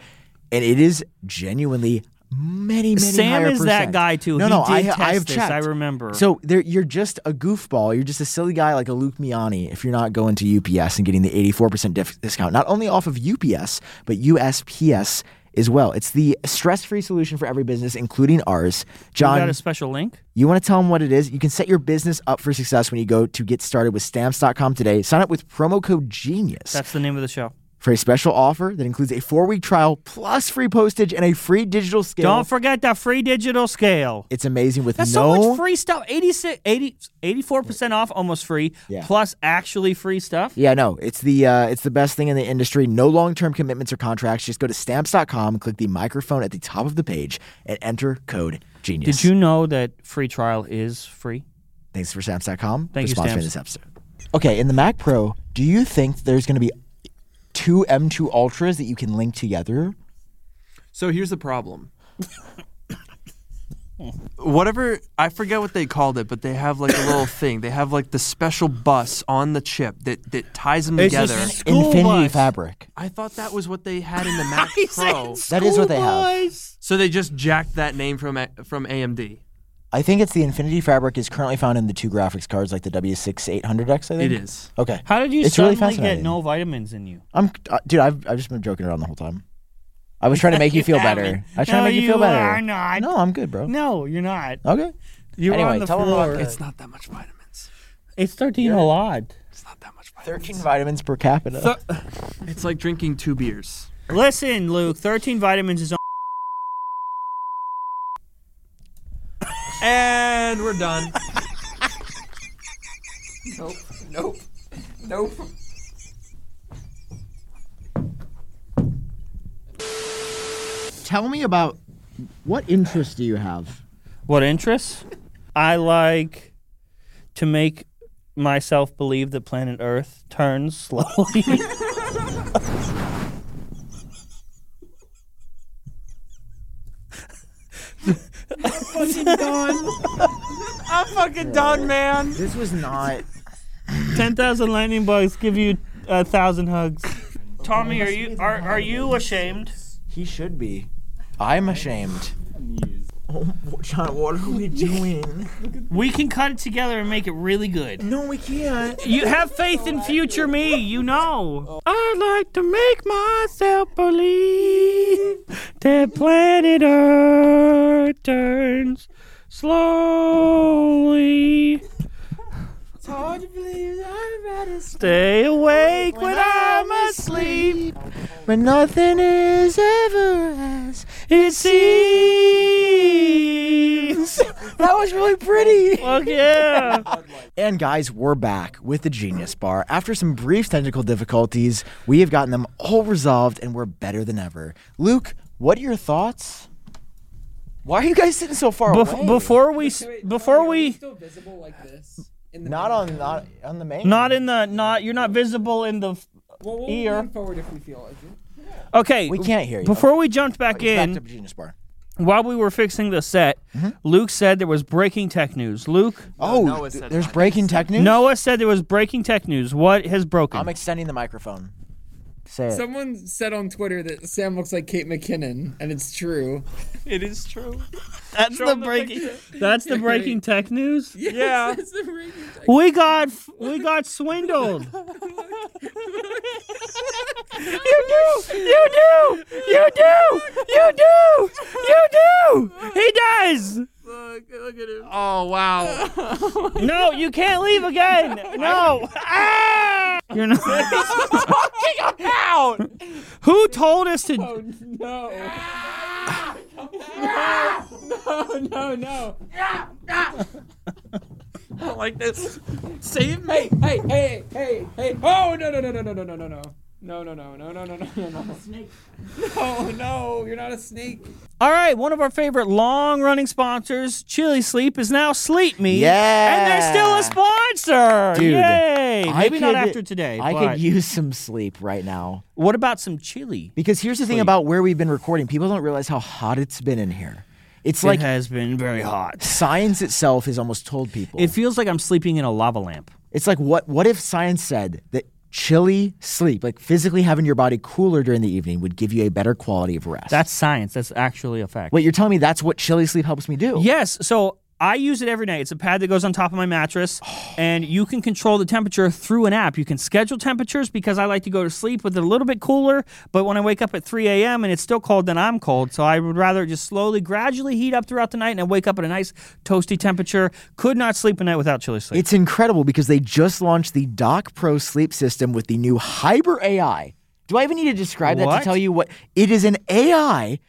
[SPEAKER 1] and it is genuinely many, many
[SPEAKER 2] Sam
[SPEAKER 1] higher
[SPEAKER 2] is that
[SPEAKER 1] percent.
[SPEAKER 2] guy too.
[SPEAKER 1] No,
[SPEAKER 2] he
[SPEAKER 1] no,
[SPEAKER 2] did
[SPEAKER 1] I,
[SPEAKER 2] test
[SPEAKER 1] I have
[SPEAKER 2] this,
[SPEAKER 1] checked.
[SPEAKER 2] I remember.
[SPEAKER 1] So there, you're just a goofball. You're just a silly guy like a Luke Miani if you're not going to UPS and getting the 84% dif- discount, not only off of UPS, but USPS as well. It's the stress free solution for every business, including ours.
[SPEAKER 2] you
[SPEAKER 1] John,
[SPEAKER 2] got a special link.
[SPEAKER 1] you want to tell them what it is? You can set your business up for success when you go to get started with stamps.com today. Sign up with promo code GENIUS
[SPEAKER 2] That's the name of the show.
[SPEAKER 1] for a special offer that includes a four week trial plus free postage and a free digital scale.
[SPEAKER 2] Don't forget the free digital scale.
[SPEAKER 1] it's amazing with
[SPEAKER 2] That's
[SPEAKER 1] no
[SPEAKER 2] so much free stuff. 86, 80, 84% off, almost free,
[SPEAKER 1] Yeah.
[SPEAKER 2] plus actually free stuff.
[SPEAKER 1] Yeah, no, it's the uh, it's the best thing in the industry. No long term commitments or contracts. Just go to stamps.com and click the microphone at the top of the page and enter code genius.
[SPEAKER 2] Did you know that free trial is free?
[SPEAKER 1] Thanks for stamps.com.
[SPEAKER 2] Thank
[SPEAKER 1] for
[SPEAKER 2] you,
[SPEAKER 1] sponsoring this episode. Okay, in the Mac Pro, do you think there's going to be two M2 Ultras that you can link together?
[SPEAKER 5] So here's the
[SPEAKER 4] [LAUGHS]
[SPEAKER 5] problem. Whatever I forget what they called it, but they have like a
[SPEAKER 4] [COUGHS]
[SPEAKER 5] little thing. They have like the special bus on the chip that that ties them
[SPEAKER 2] It's
[SPEAKER 5] together.
[SPEAKER 2] just-
[SPEAKER 1] Infinity
[SPEAKER 2] bus.
[SPEAKER 1] Fabric.
[SPEAKER 5] I thought that was what they had in [LAUGHS] the Mac
[SPEAKER 2] [LAUGHS]
[SPEAKER 5] Pro.
[SPEAKER 1] That is what they have.
[SPEAKER 5] So they just jacked that name from A- from AMD.
[SPEAKER 1] I think it's the Infinity Fabric is currently found in the two graphics cards, like the W6800X. I think
[SPEAKER 5] It is.
[SPEAKER 1] Okay.
[SPEAKER 2] How did you
[SPEAKER 1] It's really
[SPEAKER 2] suddenly get
[SPEAKER 1] fascinating.
[SPEAKER 2] no vitamins in you?
[SPEAKER 1] I'm, uh, dude. I've, I've just been joking around the whole time. I was trying to make you
[SPEAKER 2] [LAUGHS]
[SPEAKER 1] feel better. I was trying
[SPEAKER 2] No,
[SPEAKER 1] to make you, feel
[SPEAKER 2] you
[SPEAKER 1] better.
[SPEAKER 2] are not.
[SPEAKER 1] No, I'm good, bro.
[SPEAKER 2] No, you're not.
[SPEAKER 1] Okay.
[SPEAKER 2] You're
[SPEAKER 1] Anyway,
[SPEAKER 2] on the
[SPEAKER 1] tell them
[SPEAKER 2] floor.
[SPEAKER 1] about the-
[SPEAKER 2] it's,
[SPEAKER 5] It's not that much vitamins.
[SPEAKER 2] it's 13 a lot.
[SPEAKER 5] It's not that much vitamins.
[SPEAKER 1] Thirteen vitamins per capita.
[SPEAKER 5] It's like drinking two beers.
[SPEAKER 2] Listen, Luke, 13 vitamins is on.
[SPEAKER 5] And we're done.
[SPEAKER 4] Nope. Nope. Nope.
[SPEAKER 1] Tell me about what interests do you have?
[SPEAKER 2] What interests? I like to make myself believe that planet Earth turns slowly.
[SPEAKER 5] I'm fucking done, man.
[SPEAKER 1] This was not.
[SPEAKER 2] 10,000 lightning bugs give you a thousand hugs. Tommy, are you are, are you ashamed?
[SPEAKER 1] He should be. I'm ashamed. Oh, John, what are we doing?
[SPEAKER 2] We can cut it together and make it really good.
[SPEAKER 1] No, we can't.
[SPEAKER 2] You have faith in future me, you know. I like to make myself believe that planet Earth turns slowly. It's hard to believe I'm Stay awake when, I'm asleep.
[SPEAKER 1] But nothing is ever as.
[SPEAKER 2] It [LAUGHS] seems.
[SPEAKER 1] That was really pretty.
[SPEAKER 2] Fuck yeah.
[SPEAKER 1] And guys, we're back with the Genius Bar. After some brief technical difficulties, we have gotten them all resolved and we're better than ever. Luke, what are your thoughts? Why are you guys sitting so far
[SPEAKER 2] Bef-
[SPEAKER 1] away?
[SPEAKER 2] before we, s- before we,
[SPEAKER 4] Still visible like this. In the
[SPEAKER 1] Not on not on the main.
[SPEAKER 2] not in the, not you're not visible in the f- ear.
[SPEAKER 4] forward if we feel like it.
[SPEAKER 2] Okay,
[SPEAKER 1] We can't hear you.
[SPEAKER 2] Before we jumped back
[SPEAKER 1] It's back to Mm-hmm.
[SPEAKER 2] in,
[SPEAKER 1] Genius Bar.
[SPEAKER 2] while we were fixing the set, Luke said there was breaking tech news. Luke,
[SPEAKER 1] Oh,
[SPEAKER 5] Noah
[SPEAKER 1] th-
[SPEAKER 5] said
[SPEAKER 1] there's
[SPEAKER 5] mine.
[SPEAKER 1] breaking tech news.
[SPEAKER 2] Noah said there was breaking tech news. What has broken?
[SPEAKER 1] I'm extending the microphone. Say it.
[SPEAKER 4] Someone said on Twitter that Sam looks like Kate McKinnon, and it's true.
[SPEAKER 5] It is true.
[SPEAKER 2] that's the breaking.
[SPEAKER 1] [LAUGHS]
[SPEAKER 2] that's the breaking tech news.
[SPEAKER 4] [LAUGHS]
[SPEAKER 5] Yeah.
[SPEAKER 4] That's the ring.
[SPEAKER 2] We got f- we got
[SPEAKER 1] [LAUGHS]
[SPEAKER 2] swindled. you do, you do, you do, you do, you do. He does.
[SPEAKER 5] Oh
[SPEAKER 4] [LAUGHS]
[SPEAKER 5] wow.
[SPEAKER 2] No, you can't leave again. No.
[SPEAKER 1] [LAUGHS]
[SPEAKER 2] Ah! You're not. talking about? [LAUGHS] Who told us to?
[SPEAKER 4] Oh, No. No, no, no.
[SPEAKER 5] I don't like this.
[SPEAKER 4] Save me. Hey, hey, hey, hey, hey. Oh, no, no, no, no, no, no, no, no, no. No, no, no, no, no, no, no, no, no. Snake. No, no, you're not a snake.
[SPEAKER 2] All right, one of our favorite long-running sponsors, Chili Sleep, is now Sleep Me.
[SPEAKER 1] Yeah.
[SPEAKER 2] and they're still a sponsor.
[SPEAKER 1] Dude,
[SPEAKER 2] Yay!
[SPEAKER 1] I
[SPEAKER 2] Maybe not
[SPEAKER 1] could-
[SPEAKER 2] after today.
[SPEAKER 1] I
[SPEAKER 2] but
[SPEAKER 1] could use some sleep right now.
[SPEAKER 2] what about some chili?
[SPEAKER 1] Because here's the thing about where we've been recording. People don't realize how hot it's been in here. It's like
[SPEAKER 2] it has been very hot.
[SPEAKER 1] science itself has almost told people.
[SPEAKER 2] It feels like I'm sleeping in a lava lamp.
[SPEAKER 1] it's like what what if science said that chilly sleep, like physically having your body cooler during the evening, would give you a better quality of rest.
[SPEAKER 2] That's science. That's actually a fact.
[SPEAKER 1] wait. You're telling me that's what chilly sleep helps me do?
[SPEAKER 2] Yes. So I use it every night. It's a pad that goes on top of my [SIGHS] mattress, and you can control the temperature through an app. You can schedule temperatures because I like to go to sleep with it a little bit cooler. But when I wake up at 3 a.m. and it's still cold, then I'm cold. So I would rather just slowly, gradually heat up throughout the night, and I wake up at a nice, toasty temperature. Could not sleep a night without chilly sleep.
[SPEAKER 1] It's incredible because they just launched the Doc Pro sleep system with the new Hyper AI. Do I even need to describe that
[SPEAKER 2] What?
[SPEAKER 1] to tell you what? It is an AI,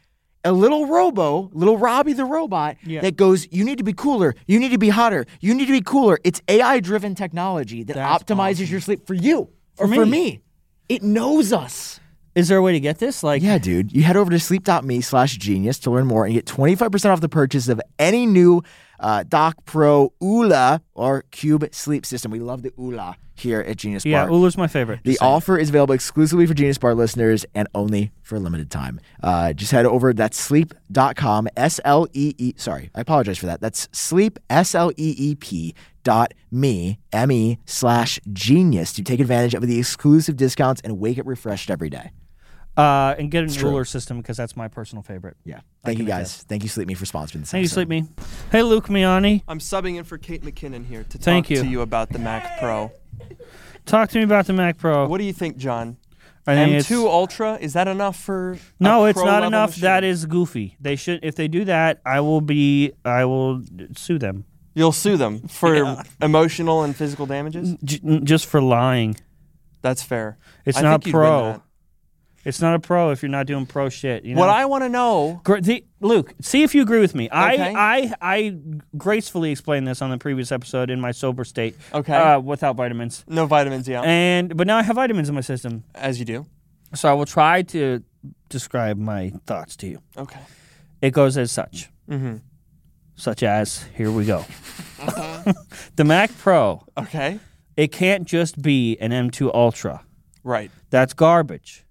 [SPEAKER 1] a little robo, little Robbie the robot that goes, you need to be cooler, you need to be hotter, you need to be cooler. It's AI driven technology that
[SPEAKER 2] That's
[SPEAKER 1] optimizes your sleep for you or
[SPEAKER 2] For
[SPEAKER 1] for
[SPEAKER 2] me.
[SPEAKER 1] me. It knows us.
[SPEAKER 2] Is there a way to get this? Like,
[SPEAKER 1] Yeah, dude. You head over to sleep.me slash genius to learn more and get 25% off the purchase of any new uh, Doc Pro Ula or Cube sleep system. We love the Ula here at Genius
[SPEAKER 2] yeah,
[SPEAKER 1] Bar.
[SPEAKER 2] Ulu's my favorite.
[SPEAKER 1] The offer is available exclusively for Genius Bar listeners and only for a limited time. Uh, just head over. That's sleep.com, S L E E. Sorry, I apologize for that. That's sleep, S L E E P dot me, M E slash genius to take advantage of the exclusive discounts and wake up refreshed every day.
[SPEAKER 2] uh, and get an
[SPEAKER 1] true.
[SPEAKER 2] ruler system because that's my personal favorite.
[SPEAKER 1] Yeah. Thank you guys. Thank you, Sleep Me, for sponsoring this.
[SPEAKER 2] Thank you,
[SPEAKER 1] episode.
[SPEAKER 2] Sleep Me. Hey, Luke Miani,
[SPEAKER 3] I'm subbing in for Kate McKinnon here to
[SPEAKER 2] Thank
[SPEAKER 3] talk
[SPEAKER 2] you.
[SPEAKER 3] to you about the Mac Pro.
[SPEAKER 2] talk to me about the Mac Pro.
[SPEAKER 3] What do you think, John?
[SPEAKER 2] I think it's-
[SPEAKER 3] M2 Ultra is that enough for? a
[SPEAKER 2] No, it's
[SPEAKER 3] pro
[SPEAKER 2] not
[SPEAKER 3] level
[SPEAKER 2] enough.
[SPEAKER 3] machine?
[SPEAKER 2] That is goofy. They should. If they do that, I will be. I will d- sue them
[SPEAKER 3] You'll sue them for emotional and physical damages.
[SPEAKER 2] J- n- just for lying.
[SPEAKER 3] That's fair.
[SPEAKER 2] It's
[SPEAKER 3] I
[SPEAKER 2] not
[SPEAKER 3] think you'd win
[SPEAKER 2] pro.
[SPEAKER 3] that.
[SPEAKER 2] It's not a pro if you're not doing pro shit. You know?
[SPEAKER 3] What I want to know.
[SPEAKER 2] Gr- the, Luke, see if you agree with me.
[SPEAKER 3] Okay.
[SPEAKER 2] I, I, I gracefully explained this on the previous episode in my sober state.
[SPEAKER 3] Okay.
[SPEAKER 2] Uh, without vitamins.
[SPEAKER 3] No vitamins, yeah.
[SPEAKER 2] And but now I have vitamins in my system,
[SPEAKER 3] as you do.
[SPEAKER 2] so I will try to describe my thoughts to you.
[SPEAKER 3] Okay.
[SPEAKER 2] It goes as such. Mm-hmm. Such as, here we go. [LAUGHS] the Mac Pro,
[SPEAKER 3] Okay.
[SPEAKER 2] it can't just be an M2 Ultra. [LAUGHS]
[SPEAKER 3] Right.
[SPEAKER 2] That's garbage.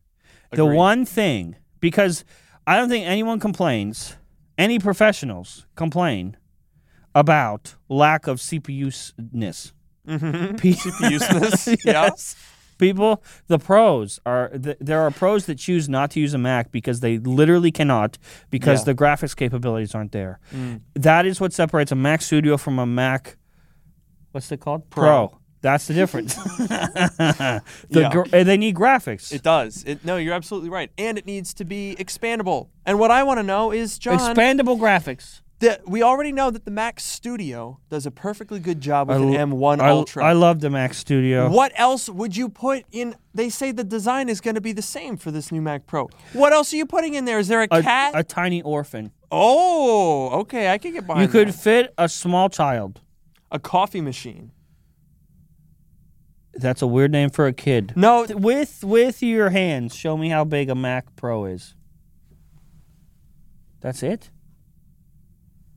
[SPEAKER 2] The
[SPEAKER 3] Agreed.
[SPEAKER 2] one thing, because I don't think anyone complains, any professionals complain about lack of CPU ness.
[SPEAKER 3] Useless. [LAUGHS]
[SPEAKER 2] Yes. People, the pros are th- there are pros that choose not to use a Mac because they literally cannot because
[SPEAKER 3] Yeah. Mm.
[SPEAKER 2] the graphics capabilities aren't there. That is what separates a Mac Studio from a Mac. What's it called? Pro. That's the
[SPEAKER 3] [LAUGHS]
[SPEAKER 2] difference. [LAUGHS] the
[SPEAKER 3] Yeah.
[SPEAKER 2] gra- and they need graphics.
[SPEAKER 3] It does. It, no, you're absolutely right. And it needs to be expandable. And what I want to know is, John,
[SPEAKER 2] Expandable graphics.
[SPEAKER 3] that we already know that the Mac Studio does a perfectly good job with
[SPEAKER 2] l-
[SPEAKER 3] an M1
[SPEAKER 2] I,
[SPEAKER 3] Ultra.
[SPEAKER 2] I love the Mac Studio.
[SPEAKER 3] what else would you put in? They say the design is going to be the same for this new Mac Pro. What else are you putting in there? Is there a,
[SPEAKER 2] A,
[SPEAKER 3] cat?
[SPEAKER 2] a tiny orphan.
[SPEAKER 3] oh, okay. I could get behind.
[SPEAKER 2] You could
[SPEAKER 3] that.
[SPEAKER 2] fit a small child.
[SPEAKER 3] a coffee machine.
[SPEAKER 2] That's a weird name for a kid.
[SPEAKER 3] No,
[SPEAKER 2] Th- with with your hands, show me how big a Mac Pro is. That's it.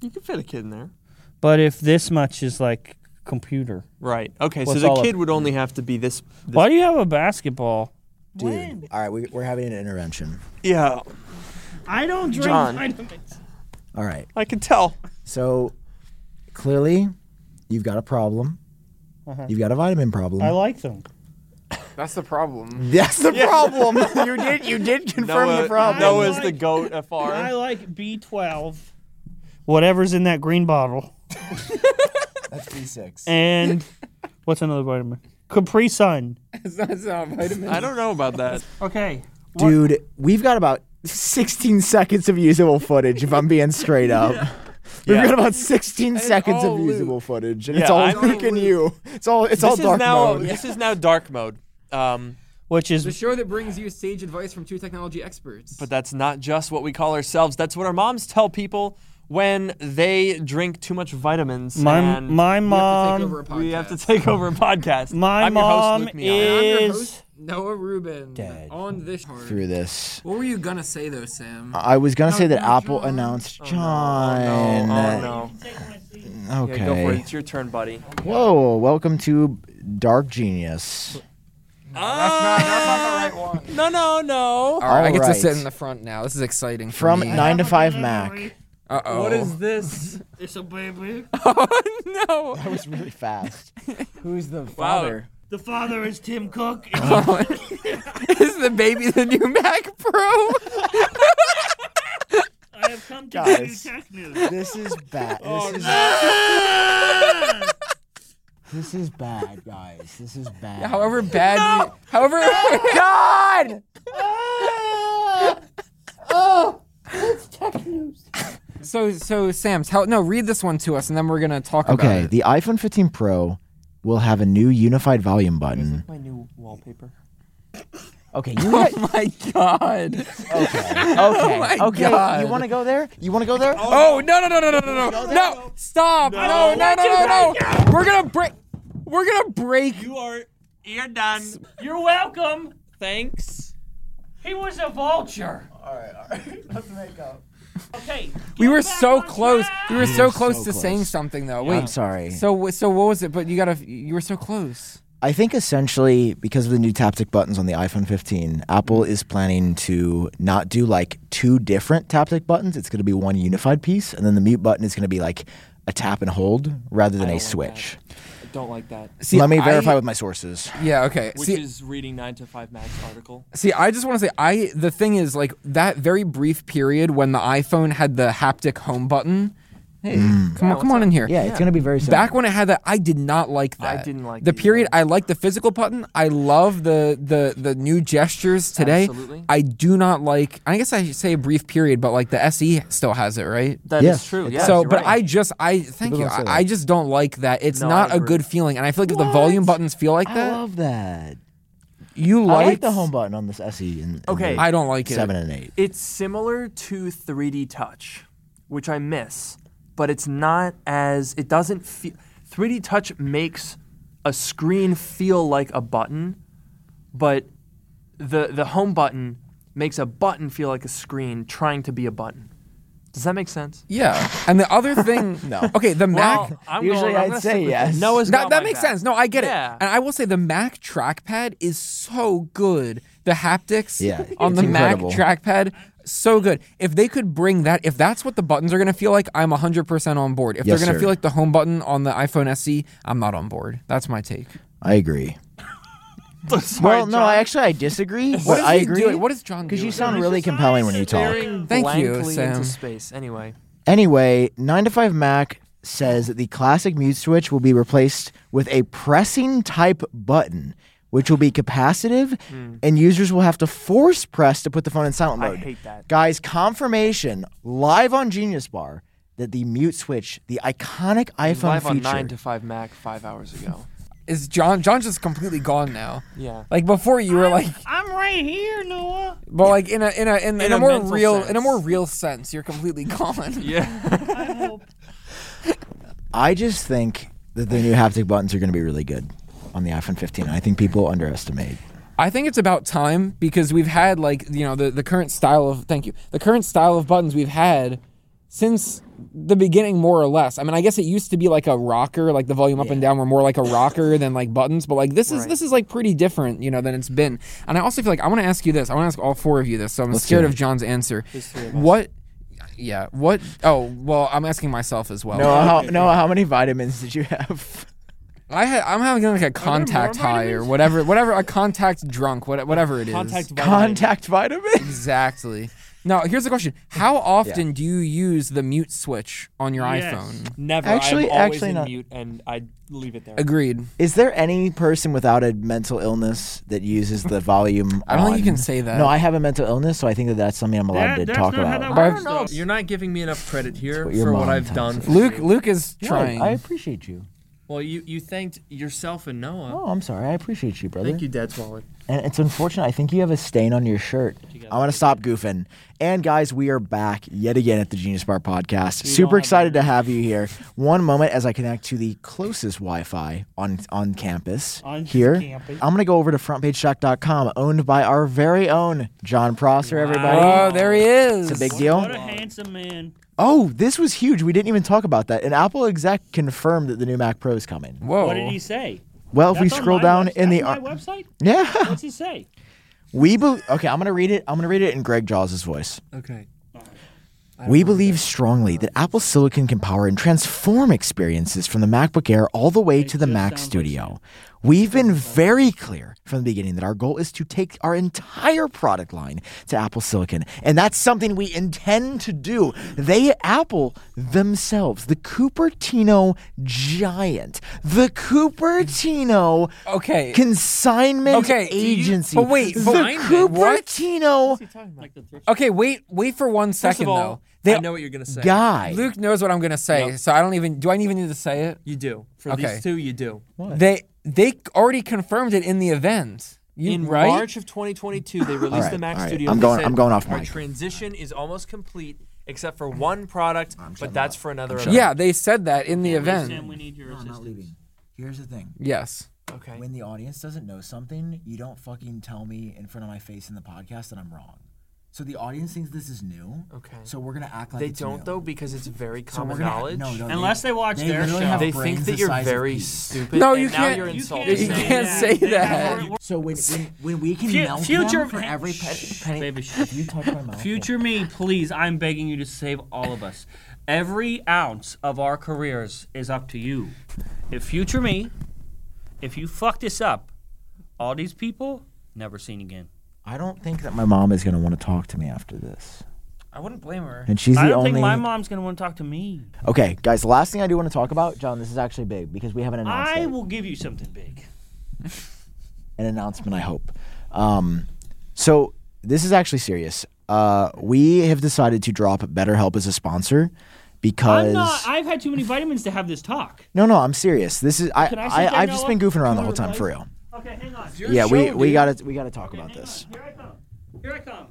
[SPEAKER 3] you could fit a kid in there.
[SPEAKER 2] But if this much is like computer,
[SPEAKER 3] Right. Okay.
[SPEAKER 2] What's
[SPEAKER 3] so
[SPEAKER 2] all
[SPEAKER 3] the
[SPEAKER 2] of-
[SPEAKER 3] kid would only have to be this. this
[SPEAKER 2] why do you have a basketball?
[SPEAKER 1] Dude. All right, we, we're having an intervention.
[SPEAKER 3] yeah,
[SPEAKER 2] I don't drink
[SPEAKER 3] John.
[SPEAKER 2] vitamins.
[SPEAKER 1] All right.
[SPEAKER 3] I can tell.
[SPEAKER 1] So clearly, you've got a problem.
[SPEAKER 3] Uh-huh.
[SPEAKER 1] You've got a vitamin problem.
[SPEAKER 2] I like them.
[SPEAKER 4] That's the [LAUGHS]
[SPEAKER 1] [LAUGHS]
[SPEAKER 4] problem.
[SPEAKER 1] That's the problem.
[SPEAKER 3] [LAUGHS]
[SPEAKER 1] you did you did confirm
[SPEAKER 3] Noah,
[SPEAKER 4] [LAUGHS]
[SPEAKER 1] the problem.
[SPEAKER 3] Noah is
[SPEAKER 2] I
[SPEAKER 3] the
[SPEAKER 2] like-
[SPEAKER 3] goat. Fr.
[SPEAKER 2] like B12. Whatever's in that green bottle.
[SPEAKER 1] That's B6.
[SPEAKER 2] And what's another vitamin? Capri Sun.
[SPEAKER 4] It's not, it's not [LAUGHS] vitamin.
[SPEAKER 3] I don't know about that.
[SPEAKER 2] Okay.
[SPEAKER 1] Dude, we've got about 16 seconds of usable footage if I'm being straight up. We've
[SPEAKER 3] [LAUGHS] Yeah.
[SPEAKER 1] got about 16 seconds
[SPEAKER 3] all
[SPEAKER 1] of
[SPEAKER 3] Luke.
[SPEAKER 1] usable footage, and
[SPEAKER 3] Yeah,
[SPEAKER 1] it's all [LAUGHS]
[SPEAKER 3] I'm all
[SPEAKER 1] Luke and you. It's all it's all
[SPEAKER 3] This is
[SPEAKER 1] dark
[SPEAKER 3] now.
[SPEAKER 1] mode.
[SPEAKER 3] This is now dark mode. Um,
[SPEAKER 2] Which
[SPEAKER 4] The
[SPEAKER 2] is
[SPEAKER 4] show that brings you sage advice from two technology experts.
[SPEAKER 3] but that's not just what we call ourselves. That's what our moms tell people when they drink too much vitamins.
[SPEAKER 2] my
[SPEAKER 3] and
[SPEAKER 2] my
[SPEAKER 4] have to
[SPEAKER 2] mom.
[SPEAKER 4] take over a podcast.
[SPEAKER 3] we have to take over a podcast.
[SPEAKER 2] My
[SPEAKER 3] I'm
[SPEAKER 2] mom
[SPEAKER 3] your host, Luke Miani.
[SPEAKER 4] I'm your
[SPEAKER 2] is-
[SPEAKER 4] host, Noah Rubin.
[SPEAKER 1] Dead.
[SPEAKER 4] On this part.
[SPEAKER 1] Through this.
[SPEAKER 4] What were you gonna say though, Sam?
[SPEAKER 1] I was gonna say that
[SPEAKER 4] no,
[SPEAKER 1] Apple
[SPEAKER 4] John.
[SPEAKER 1] announced
[SPEAKER 3] Oh
[SPEAKER 1] John.
[SPEAKER 3] no! Oh no!
[SPEAKER 1] Okay.
[SPEAKER 3] Yeah, go for it. It's your turn, buddy.
[SPEAKER 1] Whoa, welcome to Dark Genius.
[SPEAKER 4] that's not the right one.
[SPEAKER 3] No, Uh, no, no!
[SPEAKER 4] All right, I get
[SPEAKER 1] Alright.
[SPEAKER 4] to sit in the front now. This is exciting. For
[SPEAKER 1] From
[SPEAKER 4] me.
[SPEAKER 1] 9 to 5 Mac.
[SPEAKER 4] Uh oh.
[SPEAKER 3] What
[SPEAKER 4] [LAUGHS]
[SPEAKER 3] is this?
[SPEAKER 7] It's a baby.
[SPEAKER 3] Oh no!
[SPEAKER 1] That was really fast. Who's the
[SPEAKER 3] father?
[SPEAKER 6] The father is Tim
[SPEAKER 4] [LAUGHS]
[SPEAKER 6] Cook. It's
[SPEAKER 4] Is the baby the new Mac Pro?
[SPEAKER 6] I have come to
[SPEAKER 1] Guys.
[SPEAKER 6] give you tech news.
[SPEAKER 1] [LAUGHS] This is bad. This
[SPEAKER 4] Oh,
[SPEAKER 1] is [LAUGHS] This is bad, guys. This is bad.
[SPEAKER 4] however bad. You, however. God. So so Sam's how no read this one to us and then we're gonna talk
[SPEAKER 1] Okay,
[SPEAKER 4] about it. [LAUGHS]
[SPEAKER 1] the iPhone 15 Pro will have a new unified volume button.
[SPEAKER 3] My new wallpaper.
[SPEAKER 1] Okay,
[SPEAKER 4] [LAUGHS]
[SPEAKER 1] you got,
[SPEAKER 4] Oh my God.
[SPEAKER 1] okay,
[SPEAKER 4] Oh my
[SPEAKER 1] okay, okay. You
[SPEAKER 4] God.
[SPEAKER 1] want to go there? You want to go there?
[SPEAKER 4] Oh no no no no no no no no! Stop! No no no no no! We're gonna break. We're gonna break.
[SPEAKER 3] You are. You're done.
[SPEAKER 6] You're welcome.
[SPEAKER 3] Thanks.
[SPEAKER 6] He was a vulture. Okay.
[SPEAKER 4] We
[SPEAKER 6] get
[SPEAKER 4] were
[SPEAKER 6] back
[SPEAKER 4] so
[SPEAKER 6] on
[SPEAKER 4] close.
[SPEAKER 6] track.
[SPEAKER 4] We were so close
[SPEAKER 1] so
[SPEAKER 4] to
[SPEAKER 1] close.
[SPEAKER 4] saying something though. Wait.
[SPEAKER 1] I'm sorry.
[SPEAKER 4] So wh- so what was it? But you gotta. You were so close.
[SPEAKER 1] I think essentially because of the new Taptic buttons on the iPhone 15, Apple is planning to not do like two different Taptic buttons. It's going to be one unified piece, and then the mute button is going to be like a tap and hold rather than a switch.
[SPEAKER 3] I don't like that.
[SPEAKER 4] See,
[SPEAKER 1] Let me
[SPEAKER 4] I-
[SPEAKER 1] verify with my sources.
[SPEAKER 4] Yeah. Okay.
[SPEAKER 3] Which
[SPEAKER 4] See,
[SPEAKER 3] is reading 9 to 5 Max article.
[SPEAKER 4] See, I just want to say, I the thing is like that very brief period when the iPhone had the haptic home button. Hey, come on, come on in here.
[SPEAKER 1] Hmm. Yeah, it's going to be very similar.
[SPEAKER 4] Back when it had that, I did not like that.
[SPEAKER 3] didn't like
[SPEAKER 4] the
[SPEAKER 3] it either.
[SPEAKER 4] period. I like the physical button. I love the the the new gestures today.
[SPEAKER 3] Absolutely.
[SPEAKER 4] I do not like. I guess I should say a brief period, but like the SE still has it, right?
[SPEAKER 3] That is
[SPEAKER 1] Yes,
[SPEAKER 3] true.
[SPEAKER 1] it
[SPEAKER 3] Yes,
[SPEAKER 4] so,
[SPEAKER 3] you're
[SPEAKER 4] but
[SPEAKER 3] right.
[SPEAKER 4] I just I thank
[SPEAKER 1] People
[SPEAKER 4] you.
[SPEAKER 1] don't say
[SPEAKER 4] I,
[SPEAKER 1] that.
[SPEAKER 4] I just don't like that. It's
[SPEAKER 3] No, I
[SPEAKER 4] not a
[SPEAKER 3] agree.
[SPEAKER 4] good feeling, and I feel like if the volume buttons feel like
[SPEAKER 1] I
[SPEAKER 4] that,
[SPEAKER 1] love that.
[SPEAKER 4] you
[SPEAKER 1] I
[SPEAKER 4] like,
[SPEAKER 1] like the home button on this SE. And, and
[SPEAKER 3] Okay.
[SPEAKER 1] the
[SPEAKER 4] I don't like it.
[SPEAKER 1] seven and eight.
[SPEAKER 3] It's similar to 3D Touch, which I miss, but it's not as it doesn't feel 3D Touch makes a screen feel like a button, but the the home button makes a button feel like a screen trying to be a button. Does that make sense?
[SPEAKER 4] Yeah. And the
[SPEAKER 3] [LAUGHS]
[SPEAKER 4] other thing, no. Okay, the Mac.
[SPEAKER 3] I'm
[SPEAKER 1] Usually
[SPEAKER 3] I'm
[SPEAKER 1] I'd
[SPEAKER 3] gonna
[SPEAKER 1] say
[SPEAKER 3] stick with
[SPEAKER 1] yes.
[SPEAKER 3] you. Noah's
[SPEAKER 4] No,
[SPEAKER 3] got
[SPEAKER 4] that
[SPEAKER 3] my
[SPEAKER 4] makes
[SPEAKER 3] back.
[SPEAKER 4] sense. No, I get
[SPEAKER 3] Yeah.
[SPEAKER 4] it. And I will say the Mac trackpad is so good. The haptics
[SPEAKER 1] Yeah,
[SPEAKER 4] on
[SPEAKER 1] it's
[SPEAKER 4] the
[SPEAKER 1] incredible.
[SPEAKER 4] Mac trackpad, so good. If they could bring that, if that's what the buttons are going to feel like, I'm 100% on board. If
[SPEAKER 1] Yes,
[SPEAKER 4] they're going to
[SPEAKER 1] sir.
[SPEAKER 4] feel like the home button on the iPhone SE, I'm not on board. That's my take.
[SPEAKER 1] I
[SPEAKER 4] [LAUGHS]
[SPEAKER 1] agree.
[SPEAKER 3] Sorry,
[SPEAKER 1] well, no,
[SPEAKER 3] John.
[SPEAKER 1] I actually I disagree.
[SPEAKER 4] What
[SPEAKER 1] but
[SPEAKER 4] is
[SPEAKER 1] I
[SPEAKER 4] he
[SPEAKER 1] agree.
[SPEAKER 4] doing? What is John
[SPEAKER 1] Because
[SPEAKER 4] doing?
[SPEAKER 1] you sound really compelling when you talk.
[SPEAKER 3] Staring
[SPEAKER 4] Thank you,
[SPEAKER 3] blankly
[SPEAKER 4] Sam.
[SPEAKER 3] Into space. Anyway,
[SPEAKER 1] Anyway, 9 to 5 Mac says that the classic mute switch will be replaced with a pressing type button, which will be capacitive, and users will have to force press to put the phone in silent
[SPEAKER 3] Hmm. I
[SPEAKER 1] mode.
[SPEAKER 3] hate that.
[SPEAKER 1] Guys, confirmation live on Genius Bar that the mute switch, the iconic iPhone
[SPEAKER 3] live on
[SPEAKER 1] feature,
[SPEAKER 3] nine to five Mac five hours
[SPEAKER 1] [LAUGHS]
[SPEAKER 3] ago.
[SPEAKER 4] Is John John's just completely gone now?
[SPEAKER 3] Yeah.
[SPEAKER 4] Like before you were like
[SPEAKER 6] I'm right here, Noah.
[SPEAKER 4] but like in a in a in, in, a,
[SPEAKER 3] a
[SPEAKER 4] more
[SPEAKER 3] mental
[SPEAKER 4] real in a
[SPEAKER 3] sense.
[SPEAKER 4] more real sense, you're completely [LAUGHS] gone.
[SPEAKER 3] Yeah.
[SPEAKER 6] I
[SPEAKER 1] [LAUGHS]
[SPEAKER 6] hope.
[SPEAKER 1] I just think that the new haptic buttons are going to be really good on the iPhone 15. I think people
[SPEAKER 3] [LAUGHS]
[SPEAKER 1] underestimate.
[SPEAKER 4] I think it's about time because we've had like you know the, the current style of thank you the current style of buttons we've had since the beginning more or less. I mean, I guess it used to be like a rocker, like the volume up and down were more like a rocker [LAUGHS] than like buttons, but like this is this is like pretty different, you know, than it's been. And I also feel like I want to ask you this. I want to ask all four of you this. So I'm scared
[SPEAKER 1] do it.
[SPEAKER 4] of John's answer. What? Yeah. What? Oh, well, I'm asking myself as well.
[SPEAKER 1] Noah, how, Noah, how many vitamins did you have?
[SPEAKER 4] I ha- I'm having like a contact high or
[SPEAKER 1] [LAUGHS]
[SPEAKER 4] whatever, whatever a contact drunk, what- whatever it is.
[SPEAKER 1] Contact vitamins?
[SPEAKER 4] Exactly. Now, here's the question: How often do you use the mute switch on your
[SPEAKER 6] Yes.
[SPEAKER 4] iPhone?
[SPEAKER 3] Never.
[SPEAKER 1] Actually-
[SPEAKER 3] I'm always
[SPEAKER 1] actually
[SPEAKER 3] in
[SPEAKER 1] not.
[SPEAKER 3] mute, and I leave it there.
[SPEAKER 4] Agreed.
[SPEAKER 1] Is there any person without a mental illness that uses the volume?
[SPEAKER 4] I don't think
[SPEAKER 1] on-
[SPEAKER 4] you can say that.
[SPEAKER 1] No, I have a mental illness, so I think that that's something I'm allowed
[SPEAKER 6] That-
[SPEAKER 1] to
[SPEAKER 6] that's
[SPEAKER 1] talk
[SPEAKER 6] not how
[SPEAKER 1] about.
[SPEAKER 6] that
[SPEAKER 4] But
[SPEAKER 6] works.
[SPEAKER 4] I've-
[SPEAKER 6] though.
[SPEAKER 5] You're not giving me enough credit here
[SPEAKER 1] what your
[SPEAKER 5] for what
[SPEAKER 1] mom
[SPEAKER 5] I've
[SPEAKER 1] tells
[SPEAKER 5] done. For
[SPEAKER 4] Luke,
[SPEAKER 5] you.
[SPEAKER 4] Luke is
[SPEAKER 1] Yeah,
[SPEAKER 4] trying.
[SPEAKER 1] I appreciate you.
[SPEAKER 5] Well, you, you thanked yourself and Noah.
[SPEAKER 1] Oh, I'm sorry. I appreciate you, brother.
[SPEAKER 5] Thank you, Dad Swaller.
[SPEAKER 1] And it's unfortunate. I think you have a stain on your shirt. I want to stop goofing. And guys, we are back yet again at the Genius Bar podcast. Super excited to have you here. One moment as I connect to the closest Wi-Fi on on campus
[SPEAKER 6] On
[SPEAKER 1] here.
[SPEAKER 6] campus.
[SPEAKER 1] I'm gonna go over to frontpageshock.com, owned by our very own John Prosser. Everybody,
[SPEAKER 4] Oh, there he is.
[SPEAKER 1] it's a big deal.
[SPEAKER 6] What a handsome man.
[SPEAKER 1] Oh, this was huge. We didn't even talk about that. An Apple exec confirmed that the new Mac Pro is coming.
[SPEAKER 4] Whoa.
[SPEAKER 6] What did he say?
[SPEAKER 1] Well, Oh, if we
[SPEAKER 6] That's on
[SPEAKER 1] scroll
[SPEAKER 6] my
[SPEAKER 1] down
[SPEAKER 6] webs-
[SPEAKER 1] in the
[SPEAKER 6] that's
[SPEAKER 1] ar-
[SPEAKER 6] my website.
[SPEAKER 1] [LAUGHS] yeah,
[SPEAKER 6] What's he say?
[SPEAKER 1] we believe. Okay, I'm gonna read it. I'm gonna read it in Greg Jaws's voice.
[SPEAKER 5] Okay.
[SPEAKER 1] We believe strongly that Apple Silicon can power and transform experiences from the MacBook Air all the way to the
[SPEAKER 6] just
[SPEAKER 1] Mac
[SPEAKER 6] sounds like
[SPEAKER 1] Studio. We've been very clear from the beginning that our goal is to take our entire product line to Apple Silicon, and that's something we intend to do. They, Apple themselves, the Cupertino giant, the Cupertino
[SPEAKER 4] Okay.
[SPEAKER 1] consignment
[SPEAKER 4] Oh. Okay, do you-
[SPEAKER 1] agency.
[SPEAKER 4] but wait,
[SPEAKER 1] the
[SPEAKER 4] consignment? What?
[SPEAKER 1] Cupertino
[SPEAKER 4] Okay, wait, wait for one second
[SPEAKER 3] First of all,
[SPEAKER 4] though. They,
[SPEAKER 3] I know what you're gonna say.
[SPEAKER 1] guy.
[SPEAKER 4] Luke knows what I'm gonna say, so I don't even. Do I even need to say it?
[SPEAKER 3] You do. For
[SPEAKER 4] Okay.
[SPEAKER 3] these two, you do.
[SPEAKER 4] They they already confirmed it in the event. You,
[SPEAKER 3] In
[SPEAKER 4] right?
[SPEAKER 3] March of 2022, they released
[SPEAKER 1] right,
[SPEAKER 3] the Mac
[SPEAKER 1] all right.
[SPEAKER 3] Studio.
[SPEAKER 1] I'm
[SPEAKER 3] They
[SPEAKER 1] going-
[SPEAKER 3] said,
[SPEAKER 1] I'm going off
[SPEAKER 3] Our
[SPEAKER 1] mic."
[SPEAKER 3] transition is almost complete, except for one product, but that's for another. event."
[SPEAKER 4] Yeah, they said that in the
[SPEAKER 6] Sam, we
[SPEAKER 4] event.
[SPEAKER 6] need your assistance.
[SPEAKER 1] Here's the thing.
[SPEAKER 4] Yes.
[SPEAKER 3] Okay.
[SPEAKER 1] When the audience doesn't know something, you don't fucking tell me in front of my face in the podcast that I'm wrong. So the audience thinks this is new.
[SPEAKER 3] Okay.
[SPEAKER 1] So we're gonna act like
[SPEAKER 3] They
[SPEAKER 1] it's
[SPEAKER 3] don't
[SPEAKER 1] new.
[SPEAKER 3] though because it's very
[SPEAKER 1] So we're
[SPEAKER 3] common
[SPEAKER 1] gonna-
[SPEAKER 3] knowledge.
[SPEAKER 1] no, no,
[SPEAKER 6] Unless they watch
[SPEAKER 1] they
[SPEAKER 6] their
[SPEAKER 1] literally
[SPEAKER 6] show.
[SPEAKER 1] have
[SPEAKER 3] They
[SPEAKER 1] brains
[SPEAKER 3] think
[SPEAKER 1] the
[SPEAKER 3] that you're
[SPEAKER 1] size of
[SPEAKER 3] very
[SPEAKER 1] peas.
[SPEAKER 3] stupid.
[SPEAKER 4] No,
[SPEAKER 3] and
[SPEAKER 4] you
[SPEAKER 3] now
[SPEAKER 4] can't-
[SPEAKER 3] You're
[SPEAKER 4] you
[SPEAKER 3] insulting.
[SPEAKER 4] You
[SPEAKER 3] me.
[SPEAKER 4] can't say
[SPEAKER 6] They have
[SPEAKER 4] that.
[SPEAKER 6] wor- wor- [LAUGHS]
[SPEAKER 1] So when, when when we can
[SPEAKER 6] Fu-
[SPEAKER 1] melt
[SPEAKER 6] future
[SPEAKER 1] them for
[SPEAKER 6] me-
[SPEAKER 1] every penny,
[SPEAKER 6] Shh,
[SPEAKER 1] penny
[SPEAKER 6] baby, shh.
[SPEAKER 1] if you touch my mouth,
[SPEAKER 6] Future me, please, I'm begging you to save all of us. Every ounce of our careers is up to you. If future me, if you fuck this up, all these people never seen again.
[SPEAKER 1] I don't think that my mom is gonna want to talk to me after this,
[SPEAKER 3] I wouldn't blame her.
[SPEAKER 1] and she's
[SPEAKER 6] I
[SPEAKER 1] the
[SPEAKER 6] don't
[SPEAKER 1] only.
[SPEAKER 6] think my mom's gonna want to talk to me.
[SPEAKER 1] Okay, guys, the last thing I do want to talk about, John, this is actually big because we haven't announced
[SPEAKER 6] I
[SPEAKER 1] it.
[SPEAKER 6] will give you something big.
[SPEAKER 1] an announcement, I hope. Um, so this is actually serious. Uh, we have decided to drop BetterHelp as a sponsor because
[SPEAKER 6] I'm not. I've had too many vitamins to have this talk.
[SPEAKER 1] no, no, I'm serious. This is I,
[SPEAKER 6] Can I sit down
[SPEAKER 1] I I've
[SPEAKER 6] now,
[SPEAKER 1] just been
[SPEAKER 6] Will?
[SPEAKER 1] goofing around the
[SPEAKER 6] Come
[SPEAKER 1] whole
[SPEAKER 6] on,
[SPEAKER 1] time for
[SPEAKER 6] please.
[SPEAKER 1] real.
[SPEAKER 6] Okay, hang on.
[SPEAKER 1] Yeah, we we got to we got to talk about
[SPEAKER 6] Hang on.
[SPEAKER 1] this.
[SPEAKER 6] Here I come. Here I come.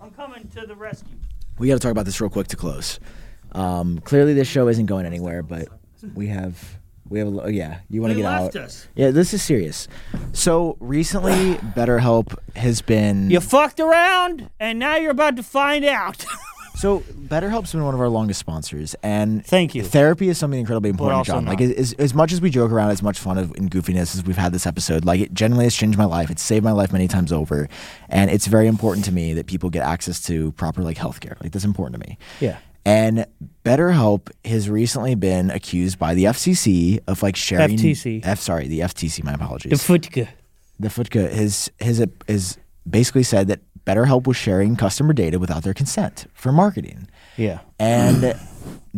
[SPEAKER 6] I'm coming to the rescue.
[SPEAKER 1] We got to talk about this real quick to close. Um, clearly, this show isn't going anywhere, but we have we have a, lo- yeah. You want to
[SPEAKER 6] They
[SPEAKER 1] get
[SPEAKER 6] left
[SPEAKER 1] out?
[SPEAKER 6] us.
[SPEAKER 1] Yeah, this is serious. So
[SPEAKER 6] [SIGHS]
[SPEAKER 1] recently, BetterHelp has been
[SPEAKER 6] You fucked around, and now you're about to find out. [LAUGHS]
[SPEAKER 1] So BetterHelp's been one of our longest sponsors, and
[SPEAKER 2] Thank you.
[SPEAKER 1] Therapy is something incredibly important,
[SPEAKER 2] also
[SPEAKER 1] John. Like
[SPEAKER 2] not.
[SPEAKER 1] as, as much as we joke around, as much fun of, and goofiness as we've had this episode, like it generally has changed my life. It's saved my life many times over, and it's very important to me that people get access to proper like healthcare. Like that's important to me.
[SPEAKER 2] Yeah.
[SPEAKER 1] And BetterHelp has recently been accused by the FCC of like sharing
[SPEAKER 2] FTC.
[SPEAKER 1] F sorry, the FTC. My apologies
[SPEAKER 2] Futka.
[SPEAKER 1] the Futka has has has basically said that BetterHelp was sharing customer data without their consent for marketing.
[SPEAKER 2] Yeah.
[SPEAKER 1] And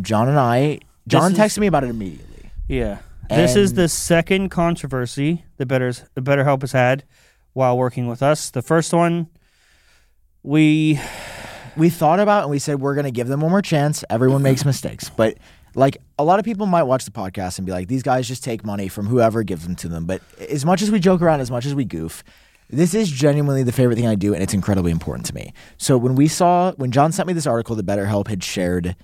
[SPEAKER 1] John and I, John
[SPEAKER 2] Mm. is-
[SPEAKER 1] texted me about it immediately.
[SPEAKER 2] Yeah. This is
[SPEAKER 1] And-
[SPEAKER 2] the second controversy that Better's, that BetterHelp has had while working with us. The first one, we
[SPEAKER 1] We thought about it and we said we're going to give them one more chance. Everyone makes mistakes, but like a lot of people might watch the podcast and be like, these guys just take money from whoever gives them to them. But as much as we joke around, as much as we goof. This is genuinely the favorite thing I do, and it's incredibly important to me. So when we saw, when John sent me this article that BetterHelp had shared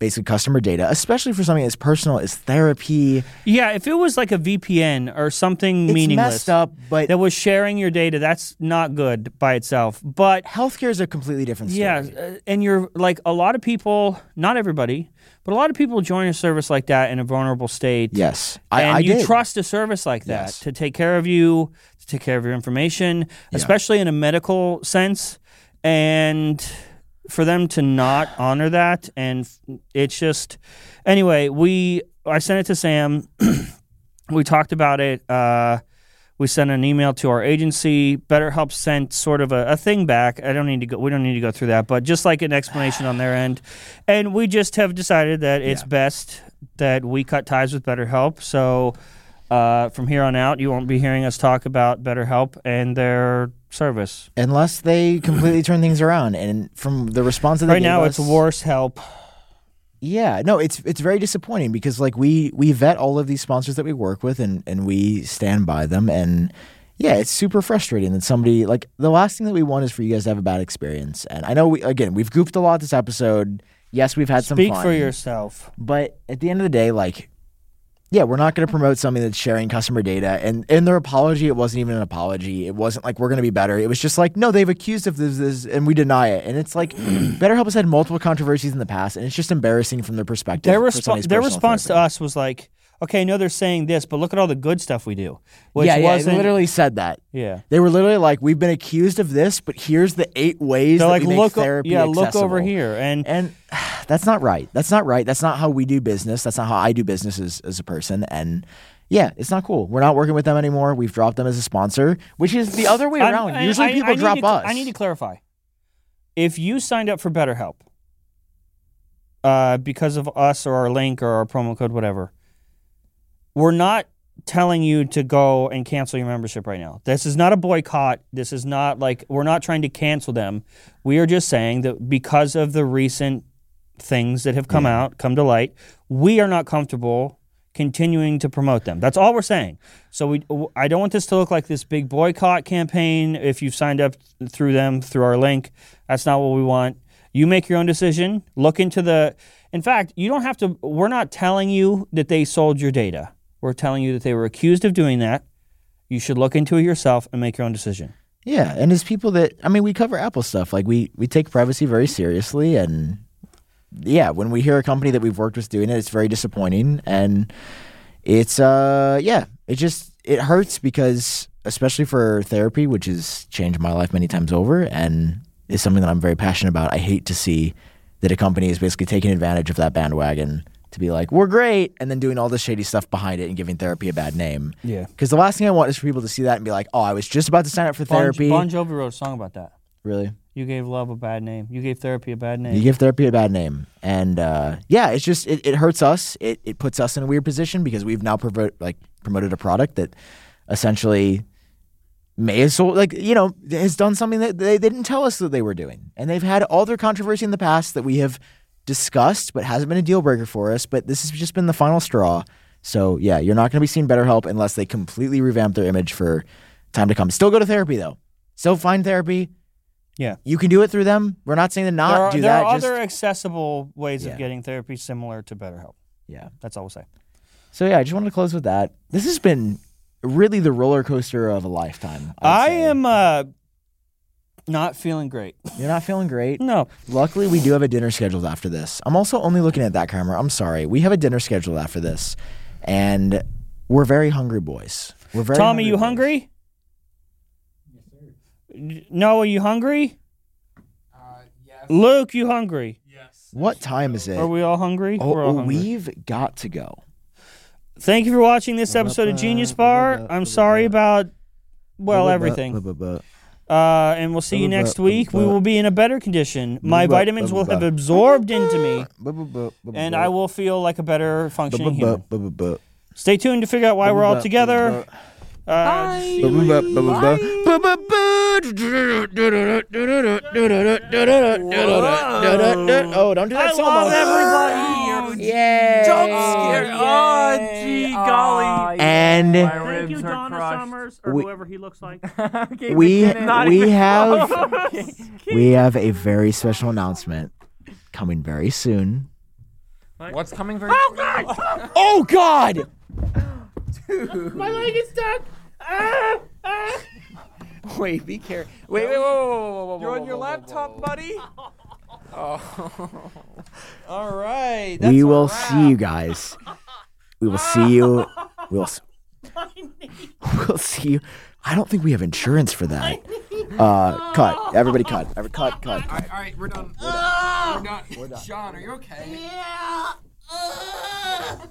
[SPEAKER 1] basically customer data, especially for something as personal as therapy.
[SPEAKER 2] yeah, if it was like a VPN or something
[SPEAKER 1] It's
[SPEAKER 2] meaningless
[SPEAKER 1] messed up, but
[SPEAKER 2] that was sharing your data, that's not good by itself. But
[SPEAKER 1] healthcare is a completely different story.
[SPEAKER 2] Yeah, uh, and you're like a lot of people, not everybody, but a lot of people join a service like that in a vulnerable state.
[SPEAKER 1] Yes. I,
[SPEAKER 2] and
[SPEAKER 1] I
[SPEAKER 2] you
[SPEAKER 1] did.
[SPEAKER 2] trust a service like that
[SPEAKER 1] Yes.
[SPEAKER 2] to take care of you, to take care of your information, especially in a medical sense, and for them to not honor that, and f- it's just anyway. We I sent it to Sam. we talked about it. Uh, we sent an email to our agency. BetterHelp sent sort of a, a thing back. I don't need to go. We don't need to go through that, but just like an explanation on their end, and we just have decided that it's best that we cut ties with BetterHelp. So uh, from here on out, you won't be hearing us talk about BetterHelp and their service.
[SPEAKER 1] Unless they completely turn things around. And from the response that they
[SPEAKER 2] right
[SPEAKER 1] gave
[SPEAKER 2] now,
[SPEAKER 1] us,
[SPEAKER 2] it's worse help.
[SPEAKER 1] Yeah, no, it's it's very disappointing because like we we vet all of these sponsors that we work with and and we stand by them and yeah, it's super frustrating that somebody like the last thing that we want is for you guys to have a bad experience. And I know we again we've goofed a lot this episode. Yes, we've had
[SPEAKER 2] Speak
[SPEAKER 1] some fun,
[SPEAKER 2] for yourself.
[SPEAKER 1] but at the end of the day, like yeah, we're not going to promote something that's sharing customer data. And in their apology, it wasn't even an apology. It wasn't like we're going to be better. It was just like, no, they've accused of this, this and we deny it. And it's like, BetterHelp has had multiple controversies in the past, and it's just embarrassing from their perspective.
[SPEAKER 2] Their,
[SPEAKER 1] for
[SPEAKER 2] respo-
[SPEAKER 1] somebody's
[SPEAKER 2] their
[SPEAKER 1] personal
[SPEAKER 2] response to
[SPEAKER 1] therapy.
[SPEAKER 2] us was like, okay, I know they're saying this, but look at all the good stuff we do. Which
[SPEAKER 1] yeah, yeah, they
[SPEAKER 2] wasn't,
[SPEAKER 1] literally said that.
[SPEAKER 2] Yeah.
[SPEAKER 1] They were literally like, we've been accused of this, but here's the eight ways
[SPEAKER 2] They're
[SPEAKER 1] that
[SPEAKER 2] like,
[SPEAKER 1] we make
[SPEAKER 2] look, o-
[SPEAKER 1] therapy
[SPEAKER 2] yeah, look
[SPEAKER 1] accessible."
[SPEAKER 2] over here. And,
[SPEAKER 1] And [SIGHS] that's not right. That's not right. That's not how we do business. That's not how I do business as, as a person. And yeah, it's not cool. We're not working with them anymore. We've dropped them as a sponsor, which is the other way
[SPEAKER 2] I'm-
[SPEAKER 1] around.
[SPEAKER 2] I-
[SPEAKER 1] Usually
[SPEAKER 2] I-
[SPEAKER 1] people
[SPEAKER 2] I need
[SPEAKER 1] drop
[SPEAKER 2] to-
[SPEAKER 1] us.
[SPEAKER 2] I need to clarify. If you signed up for BetterHelp uh, because of us or our link or our promo code, whatever, we're not telling you to go and cancel your membership right now. This is not a boycott. This is not like we're not trying to cancel them. We are just saying that because of the recent things that have come out, come to light, we are not comfortable continuing to promote them. That's all we're saying. So we, w- I don't want this to look like this big boycott campaign. If you've signed up through them through our link, that's not what we want. You make your own decision. Look into the. In fact, you don't have to. We're not telling you that they sold your data. We're telling you that they were accused of doing that. You should look into it yourself and make your own decision.
[SPEAKER 1] yeah, and it's people that I mean, we cover Apple stuff. Like we we take privacy very seriously, and yeah, when we hear a company that we've worked with doing it, it's very disappointing, and it's uh yeah, it just it hurts because especially for therapy, which has changed my life many times over, and is something that I'm very passionate about. I hate to see that a company is basically taking advantage of that bandwagon to be like we're great, and then doing all this shady stuff behind it and giving therapy a bad name.
[SPEAKER 2] Yeah.
[SPEAKER 1] Because the last thing I want is for people to see that and be like, oh, I was just about to sign up for therapy.
[SPEAKER 2] Bon, bon Jovi wrote a song about that.
[SPEAKER 1] Really?
[SPEAKER 2] You gave love a bad name. You gave therapy a bad name.
[SPEAKER 1] You give therapy a bad name. And uh, yeah, it's just, it, it hurts us. It, it puts us in a weird position because we've now provo- like promoted a product that essentially may have sold, like, you know, has done something that they, they didn't tell us that they were doing. And they've had all their controversy in the past that we have discussed, but hasn't been a deal breaker for us. But this has just been the final straw. So yeah, you're not going to be seeing BetterHelp unless they completely revamp their image for time to come. Still go to therapy though. Still find therapy.
[SPEAKER 2] Yeah.
[SPEAKER 1] You can do it through them. We're not saying to not
[SPEAKER 2] there are,
[SPEAKER 1] do
[SPEAKER 2] there
[SPEAKER 1] that.
[SPEAKER 2] are
[SPEAKER 1] just-
[SPEAKER 2] other accessible ways
[SPEAKER 1] Yeah.
[SPEAKER 2] of getting therapy similar to BetterHelp.
[SPEAKER 1] yeah.
[SPEAKER 2] That's all we'll say.
[SPEAKER 1] So yeah, I just wanted to close with that. This has been really the roller coaster of a lifetime. I'd
[SPEAKER 2] I
[SPEAKER 1] say.
[SPEAKER 2] am uh, not feeling great. [LAUGHS]
[SPEAKER 1] You're not feeling great.
[SPEAKER 2] No,
[SPEAKER 1] Luckily, we do have a dinner scheduled after this. I'm also only looking at that camera. I'm sorry. We have a dinner scheduled after this, and we're very hungry boys. We're very.
[SPEAKER 2] Tommy, you
[SPEAKER 1] boys.
[SPEAKER 2] hungry? Yes, No, are you hungry? Luke, you hungry?
[SPEAKER 1] What time is it?
[SPEAKER 2] Are we all hungry?
[SPEAKER 1] oh,
[SPEAKER 2] We're all
[SPEAKER 1] oh,
[SPEAKER 2] hungry.
[SPEAKER 1] we've got to go.
[SPEAKER 2] Thank you for watching this episode of Genius Bar. I'm sorry about well everything. Uh, and we'll see you next week. We will be in a better condition. My vitamins will have absorbed into me, and I will feel like a better functioning human. Stay tuned to figure out why we're all together. Uh, see you later.
[SPEAKER 1] Oh, don't do
[SPEAKER 6] I
[SPEAKER 1] that so
[SPEAKER 6] love
[SPEAKER 1] much.
[SPEAKER 6] everybody here.
[SPEAKER 1] Yay.
[SPEAKER 6] Jump scare. Oh, gee, golly.
[SPEAKER 1] And
[SPEAKER 3] My
[SPEAKER 6] Thank you,
[SPEAKER 3] ribs are
[SPEAKER 6] Donna
[SPEAKER 3] crushed.
[SPEAKER 6] Summers, or
[SPEAKER 1] We-
[SPEAKER 6] whoever he looks like.
[SPEAKER 1] we
[SPEAKER 3] Not
[SPEAKER 1] we
[SPEAKER 3] even
[SPEAKER 1] have
[SPEAKER 3] [LAUGHS]
[SPEAKER 1] we have a very special announcement coming very soon.
[SPEAKER 4] What's coming very
[SPEAKER 1] Oh God!
[SPEAKER 4] Wait, be careful. Wait, wait, whoa, whoa, whoa, whoa, whoa, whoa,
[SPEAKER 5] You're on
[SPEAKER 4] whoa,
[SPEAKER 5] your
[SPEAKER 4] whoa, whoa,
[SPEAKER 5] laptop,
[SPEAKER 4] whoa.
[SPEAKER 3] [LAUGHS]
[SPEAKER 5] buddy.
[SPEAKER 3] Oh.
[SPEAKER 5] All right. That's
[SPEAKER 1] We
[SPEAKER 5] a
[SPEAKER 1] will
[SPEAKER 5] wrap.
[SPEAKER 1] see you guys. We will see you. We'll s- [LAUGHS] we'll see you. I don't think we have insurance for that. Uh, cut. Everybody, cut. Every cut. Cut.
[SPEAKER 4] All
[SPEAKER 1] cut.
[SPEAKER 4] right, all right, we're done. We're done. We're done. Sean, are you okay?